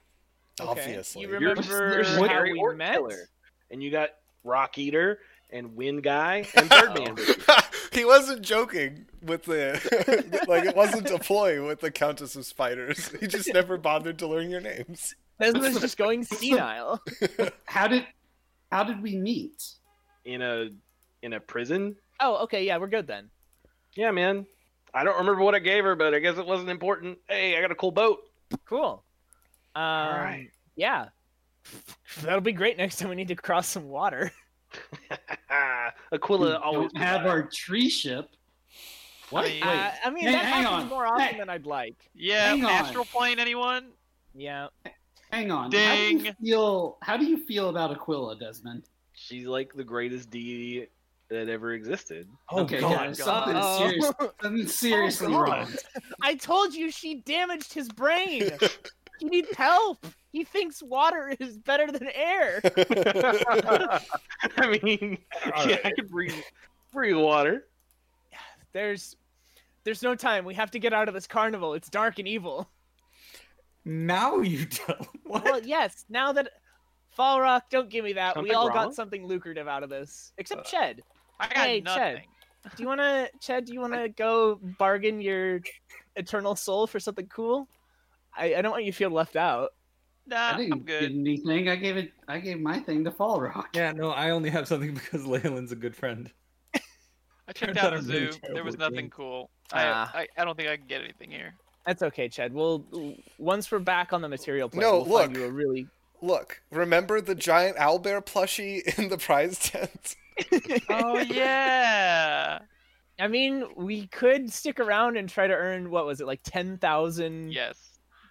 Speaker 6: okay.
Speaker 1: Obviously.
Speaker 6: You
Speaker 2: You're-
Speaker 6: remember
Speaker 2: there's
Speaker 6: how
Speaker 2: Harry
Speaker 6: we
Speaker 2: Ork
Speaker 6: met?
Speaker 2: Killer. And you got Rock Eater and Wind Guy and Birdman. with you.
Speaker 1: he wasn't joking with the like it wasn't a ploy with the Countess of Spiders. He just never bothered to learn your names.
Speaker 6: Desmond's just going senile.
Speaker 5: How did how did we meet?
Speaker 2: in a in a prison.
Speaker 6: Oh, okay. Yeah, we're good then.
Speaker 2: Yeah, man. I don't remember what I gave her, but I guess it wasn't important. Hey, I got a cool boat.
Speaker 6: Cool. Um,
Speaker 2: All right.
Speaker 6: Yeah. That'll be great next time we need to cross some water.
Speaker 5: We
Speaker 2: Aquila always
Speaker 5: don't have our tree ship. What?
Speaker 3: I mean,
Speaker 5: Wait,
Speaker 6: Uh, I mean,
Speaker 5: Hey,
Speaker 6: that
Speaker 5: hang
Speaker 6: happens
Speaker 5: on.
Speaker 6: more often
Speaker 5: Hey.
Speaker 6: than I'd like.
Speaker 3: Yeah,
Speaker 5: Hang on.
Speaker 3: astral plane, anyone?
Speaker 6: Yeah.
Speaker 5: hang on. How do you
Speaker 3: ding.
Speaker 5: feel? How do you feel about Aquila, Desmond?
Speaker 2: She's like the greatest deity that ever existed.
Speaker 4: oh
Speaker 5: okay, Oh.
Speaker 4: god,
Speaker 5: guys, something,
Speaker 6: God.
Speaker 5: serious, something seriously
Speaker 4: God.
Speaker 5: wrong.
Speaker 6: I told you she damaged his brain. he needs help. He thinks water is better than air.
Speaker 2: I mean,
Speaker 4: All
Speaker 2: yeah,
Speaker 4: right.
Speaker 2: I could breathe breathe water.
Speaker 6: There's there's no time. We have to get out of this carnival. It's dark and evil.
Speaker 4: now you tell. What?
Speaker 6: Well, yes, now that Fall Rock, don't give me that. we
Speaker 2: Something
Speaker 6: all
Speaker 2: wrong?
Speaker 6: got something lucrative out of this. Except Ched.
Speaker 3: I got
Speaker 6: Hey, Ched.
Speaker 3: nothing.
Speaker 6: Do you wanna Ched, do you wanna go bargain your eternal soul for something cool? I, I don't want you to feel left out.
Speaker 3: Nah,
Speaker 5: I
Speaker 3: I'm
Speaker 5: didn't get
Speaker 3: good.
Speaker 5: anything. I gave it. I gave my thing to Fall Rock.
Speaker 4: Yeah, no, I only have something because Leyland's a good friend.
Speaker 3: I checked
Speaker 4: Turns
Speaker 3: out
Speaker 4: out
Speaker 3: the
Speaker 4: I'm
Speaker 3: zoo.
Speaker 4: really terrible
Speaker 3: There was
Speaker 4: at
Speaker 3: nothing
Speaker 4: games.
Speaker 3: cool.
Speaker 6: Ah.
Speaker 3: I, I I don't think I can get anything here.
Speaker 6: That's okay, Ched. We'll once we're back on the material plane,
Speaker 1: No,
Speaker 6: we'll find
Speaker 1: look.
Speaker 6: you a really
Speaker 1: Look, remember the giant owlbear plushie in the prize tent?
Speaker 3: Oh yeah.
Speaker 6: I mean, we could stick around and try to earn what was it like ten
Speaker 5: Mm.
Speaker 6: thousand
Speaker 3: yes.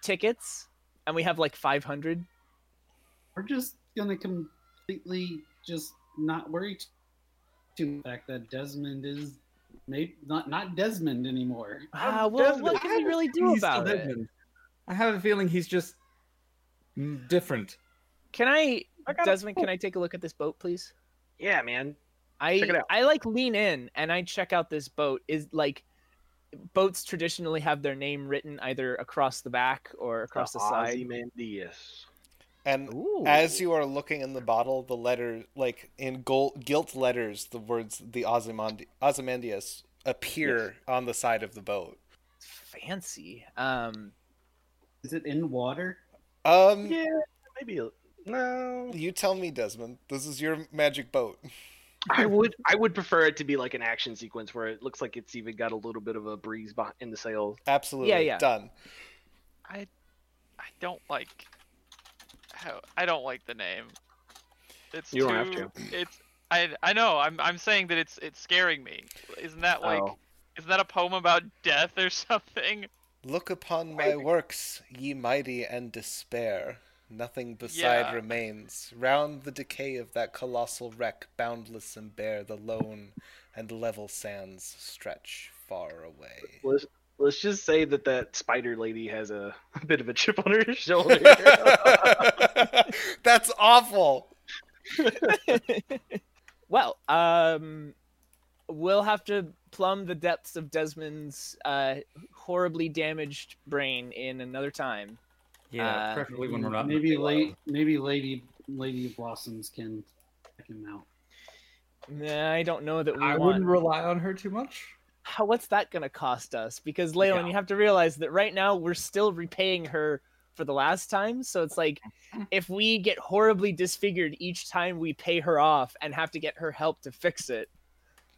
Speaker 6: tickets, and we have like five hundred.
Speaker 5: We're just gonna completely just not worry t- to the fact that Desmond is maybe not not Desmond anymore.
Speaker 6: Ah, well,
Speaker 4: Desmond,
Speaker 6: what
Speaker 4: I
Speaker 6: can
Speaker 4: have
Speaker 6: we
Speaker 4: a
Speaker 6: really
Speaker 4: feeling
Speaker 6: do
Speaker 4: he's still
Speaker 6: about it?
Speaker 4: Desmond. I have a feeling he's just mm, different.
Speaker 6: Can I,
Speaker 2: I got a
Speaker 6: Desmond? Can
Speaker 2: boat.
Speaker 6: I take a look at this boat, please?
Speaker 2: Yeah, man.
Speaker 6: I
Speaker 2: Check it out.
Speaker 6: I like lean in and I check out this boat. Is like boats traditionally have their name written either across the back or across the, side.
Speaker 2: Ozymandias.
Speaker 1: And
Speaker 6: Ooh.
Speaker 1: as you are looking in the bottle, the letter, like in gold, gilt letters, the words "the Ozymandias, Ozymandias appear on the side of the boat.
Speaker 6: fancy. Um,
Speaker 5: Is it in water?
Speaker 1: Um,
Speaker 2: Yeah, maybe. a- No,
Speaker 1: you tell me, Desmond. This is your magic boat.
Speaker 2: I would. I would prefer it to be like an action sequence where it looks like it's even got a little bit of a breeze beh- in the sails.
Speaker 1: Absolutely
Speaker 6: Yeah, yeah.
Speaker 1: done.
Speaker 3: I I don't like how I don't like the name. It's
Speaker 2: You
Speaker 3: too,
Speaker 2: don't have
Speaker 3: It's I I know. I'm I'm saying that it's it's scaring me. Isn't that like
Speaker 2: Oh.
Speaker 3: isn't that a poem about death or something?
Speaker 1: Look upon my works, ye mighty, and despair. Nothing beside
Speaker 3: Yeah.
Speaker 1: remains. Round the decay of that colossal wreck, boundless and bare, the lone and level sands stretch far away.
Speaker 2: Let's let's just say that that spider lady has a, a bit of a chip on her shoulder.
Speaker 1: That's awful.
Speaker 6: Well, um, we'll have to plumb the depths of Desmond's uh, horribly damaged brain in another time. Yeah, Uh,
Speaker 4: preferably when
Speaker 5: maybe-
Speaker 4: we're not.
Speaker 5: Maybe late. Maybe Lady Lady Blossoms can check him out.
Speaker 6: Nah, I don't know that we
Speaker 4: I
Speaker 6: want.
Speaker 4: wouldn't rely on her too much.
Speaker 6: How, what's that going to cost us? Because Leyland,
Speaker 4: Yeah.
Speaker 6: you have to realize that right now we're still repaying her for the last time. So it's like, if we get horribly disfigured each time we pay her off and have to get her help to fix it,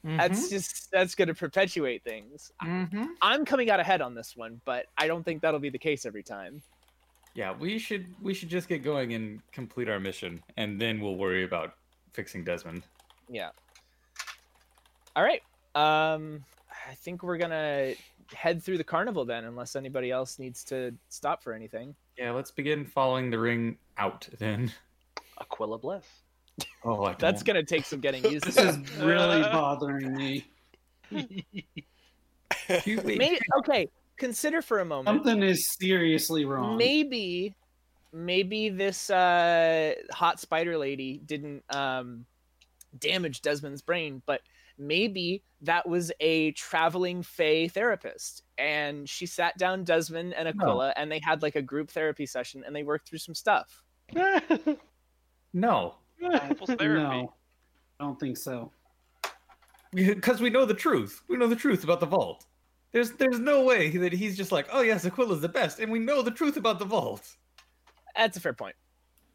Speaker 6: that's just that's going to perpetuate things.
Speaker 4: Mm-hmm.
Speaker 6: I'm coming out ahead on this one, but I don't think that'll be the case every time.
Speaker 4: Yeah, we should we should just get going and complete our mission, and then we'll worry about fixing Desmond.
Speaker 6: Yeah. All right. Um, I think we're gonna head through the carnival then, unless anybody else needs to stop for anything.
Speaker 4: Yeah, let's begin following the ring out then.
Speaker 2: Aquila Bliss.
Speaker 4: Oh, I
Speaker 6: That's
Speaker 4: don't-
Speaker 6: gonna take some getting used
Speaker 5: This
Speaker 6: to.
Speaker 5: is really bothering me.
Speaker 4: You wait.
Speaker 6: Maybe okay. Consider for a moment.
Speaker 5: Something is seriously wrong.
Speaker 6: Maybe, maybe this uh, hot spider lady didn't um, damage Desmond's brain, but maybe that was a traveling Fey therapist, and she sat down Desmond
Speaker 5: Oh.
Speaker 6: and Aquila, and they had like a group therapy session, and they worked through some stuff.
Speaker 4: No,
Speaker 3: Couples therapy.
Speaker 5: No, I don't think so.
Speaker 4: because we know the truth. We know the truth about the vault. There's there's no way that he's just like, oh yes, Aquila's the best, and we know the truth about the vault.
Speaker 6: That's a fair point.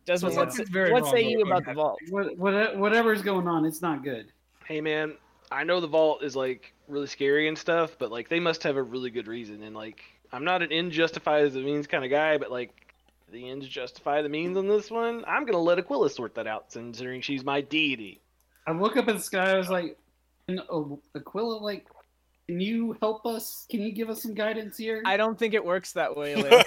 Speaker 6: Desmond,
Speaker 5: Yeah.
Speaker 6: what's
Speaker 4: It's very
Speaker 6: what say
Speaker 4: vulnerable
Speaker 6: you
Speaker 4: when
Speaker 6: about the
Speaker 4: that-
Speaker 6: vault?
Speaker 5: What, what, whatever's going on, it's not good.
Speaker 2: Hey man, I know the vault is like really scary and stuff, but like they must have a really good reason. And like I'm not an end justifies the means kind of guy, but like the ends justify the means on this one. I'm gonna let Aquila sort that out, considering she's my deity.
Speaker 5: I look up at the sky. I was like, "Can A- Aquila, like, can you help us? Can you give us some guidance here?
Speaker 6: I don't think it works that way. Lou.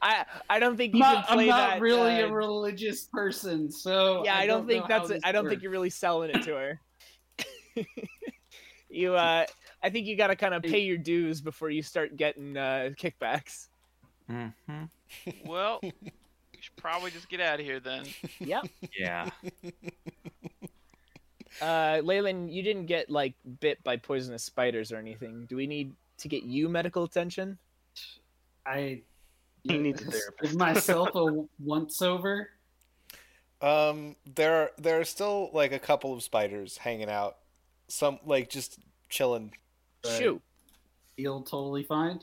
Speaker 6: I I don't think
Speaker 5: I'm
Speaker 6: you
Speaker 5: not,
Speaker 6: can play
Speaker 5: I'm not
Speaker 6: that.
Speaker 5: really
Speaker 6: uh,
Speaker 5: a religious person, so
Speaker 6: yeah, I, don't, think
Speaker 5: know
Speaker 6: that's.
Speaker 5: how
Speaker 6: it.
Speaker 5: this
Speaker 6: I don't
Speaker 5: works.
Speaker 6: think you're really selling it to her. you, uh, I think you got to kind of pay your dues before you start getting uh, kickbacks.
Speaker 4: Mhm.
Speaker 3: Well, we should probably just get out of here then.
Speaker 4: Yeah.
Speaker 6: Uh, Leyland, you didn't get like bit by poisonous spiders or anything. Do we need to get you medical attention?
Speaker 5: I
Speaker 2: He needs a
Speaker 5: Give
Speaker 2: therapist.
Speaker 5: myself a once over.
Speaker 1: Um, there are there are still like a couple of spiders hanging out, some like just chilling
Speaker 5: Right.
Speaker 6: Shoot.
Speaker 5: Feel totally fine.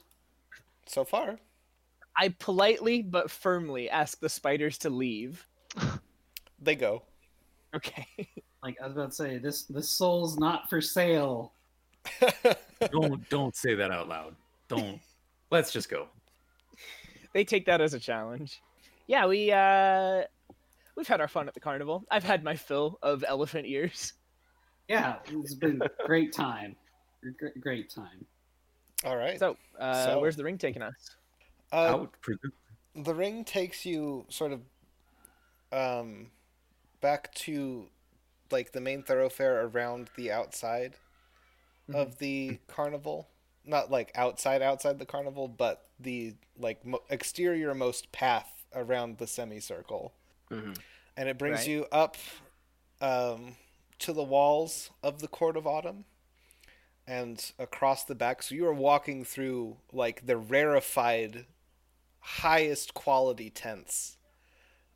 Speaker 1: so far.
Speaker 6: I politely but firmly ask the spiders to leave.
Speaker 1: They go.
Speaker 6: Okay.
Speaker 5: Like I was about to say, this this soul's not for sale.
Speaker 4: don't don't say that out loud. Don't. Let's just go.
Speaker 6: they take that as a challenge. Yeah, we uh we've had our fun at the carnival. I've had my fill of elephant ears.
Speaker 5: Yeah, it's been a great time. Great, great time.
Speaker 1: All right.
Speaker 6: So, uh
Speaker 1: So-
Speaker 6: where's the ring taking us?
Speaker 1: uh,
Speaker 4: out. prison.
Speaker 1: the ring takes you sort of um back to like the main thoroughfare around the outside of the carnival not like outside outside the carnival but the like mo- exterior most path around the semicircle and it brings
Speaker 6: Right.
Speaker 1: you up um, to the walls of the court of autumn and across the back so you are walking through like the rarefied highest quality tents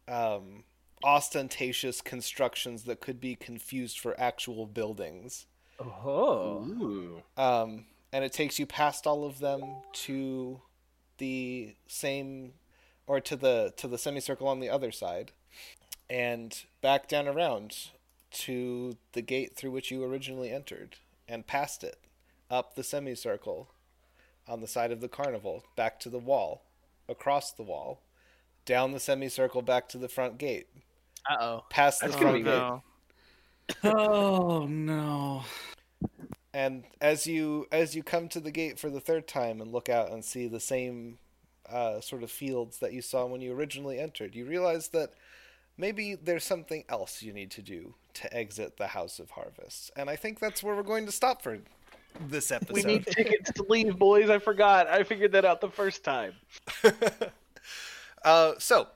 Speaker 1: um, ostentatious constructions that could be confused for actual buildings
Speaker 6: Oh.
Speaker 2: Ooh.
Speaker 1: um, and it takes you past all of them to the same or to the to the semicircle on the other side and back down around to the gate through which you originally entered and past it up the semicircle on the side of the carnival back to the wall across the wall down the semicircle back to the front gate
Speaker 6: Uh-oh.
Speaker 1: past the
Speaker 2: That's gonna
Speaker 1: front
Speaker 2: be
Speaker 1: gate
Speaker 2: good.
Speaker 4: Oh no.
Speaker 1: And as you as you come to the gate for the third time and look out and see the same uh, sort of fields that you saw when you originally entered, you realize that maybe there's something else you need to do to exit the House of Harvest. And I think that's where we're going to stop for this episode.
Speaker 2: We need tickets to leave, boys. I forgot. I figured that out the first time.
Speaker 1: uh, so,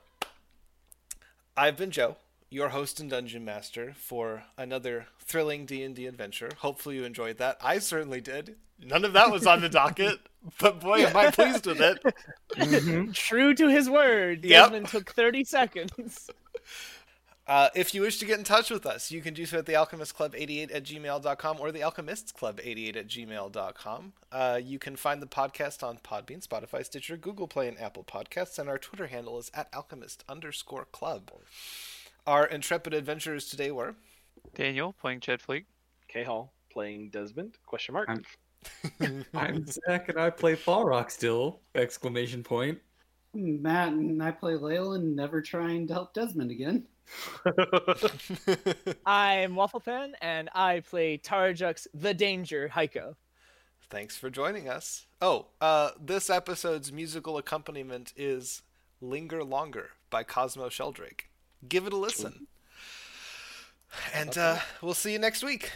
Speaker 1: I've been Joe, your host and dungeon master for another thrilling D and D adventure. Hopefully, you enjoyed that. I certainly did. None of that was on the docket, but boy, am I pleased with it.
Speaker 6: True to his word,
Speaker 1: Yep.
Speaker 6: Desmond took 30 seconds.
Speaker 1: Uh, if you wish to get in touch with us, you can do so at thealchemistclub88 at gmail.com or thealchemistsclub88 at gmail.com. Uh, you can find the podcast on Podbean, Spotify, Stitcher, Google Play, and Apple Podcasts, and our Twitter handle is at alchemist underscore club. Our intrepid adventurers today were
Speaker 3: Daniel playing Jed Fleek.
Speaker 2: K Hall playing Desmond? Question mark.
Speaker 4: I'm- I'm Zach and I play Fall Rock still! Exclamation point.
Speaker 5: Matt and I play Leyland, never trying to help Desmond again.
Speaker 6: I'm Wafflepan, and I play Tarajux the Danger Heiko.
Speaker 1: Thanks for joining us. Oh, uh, this episode's musical accompaniment is Linger Longer by Cosmo Sheldrake. Give it a listen. And uh, we'll see you next week.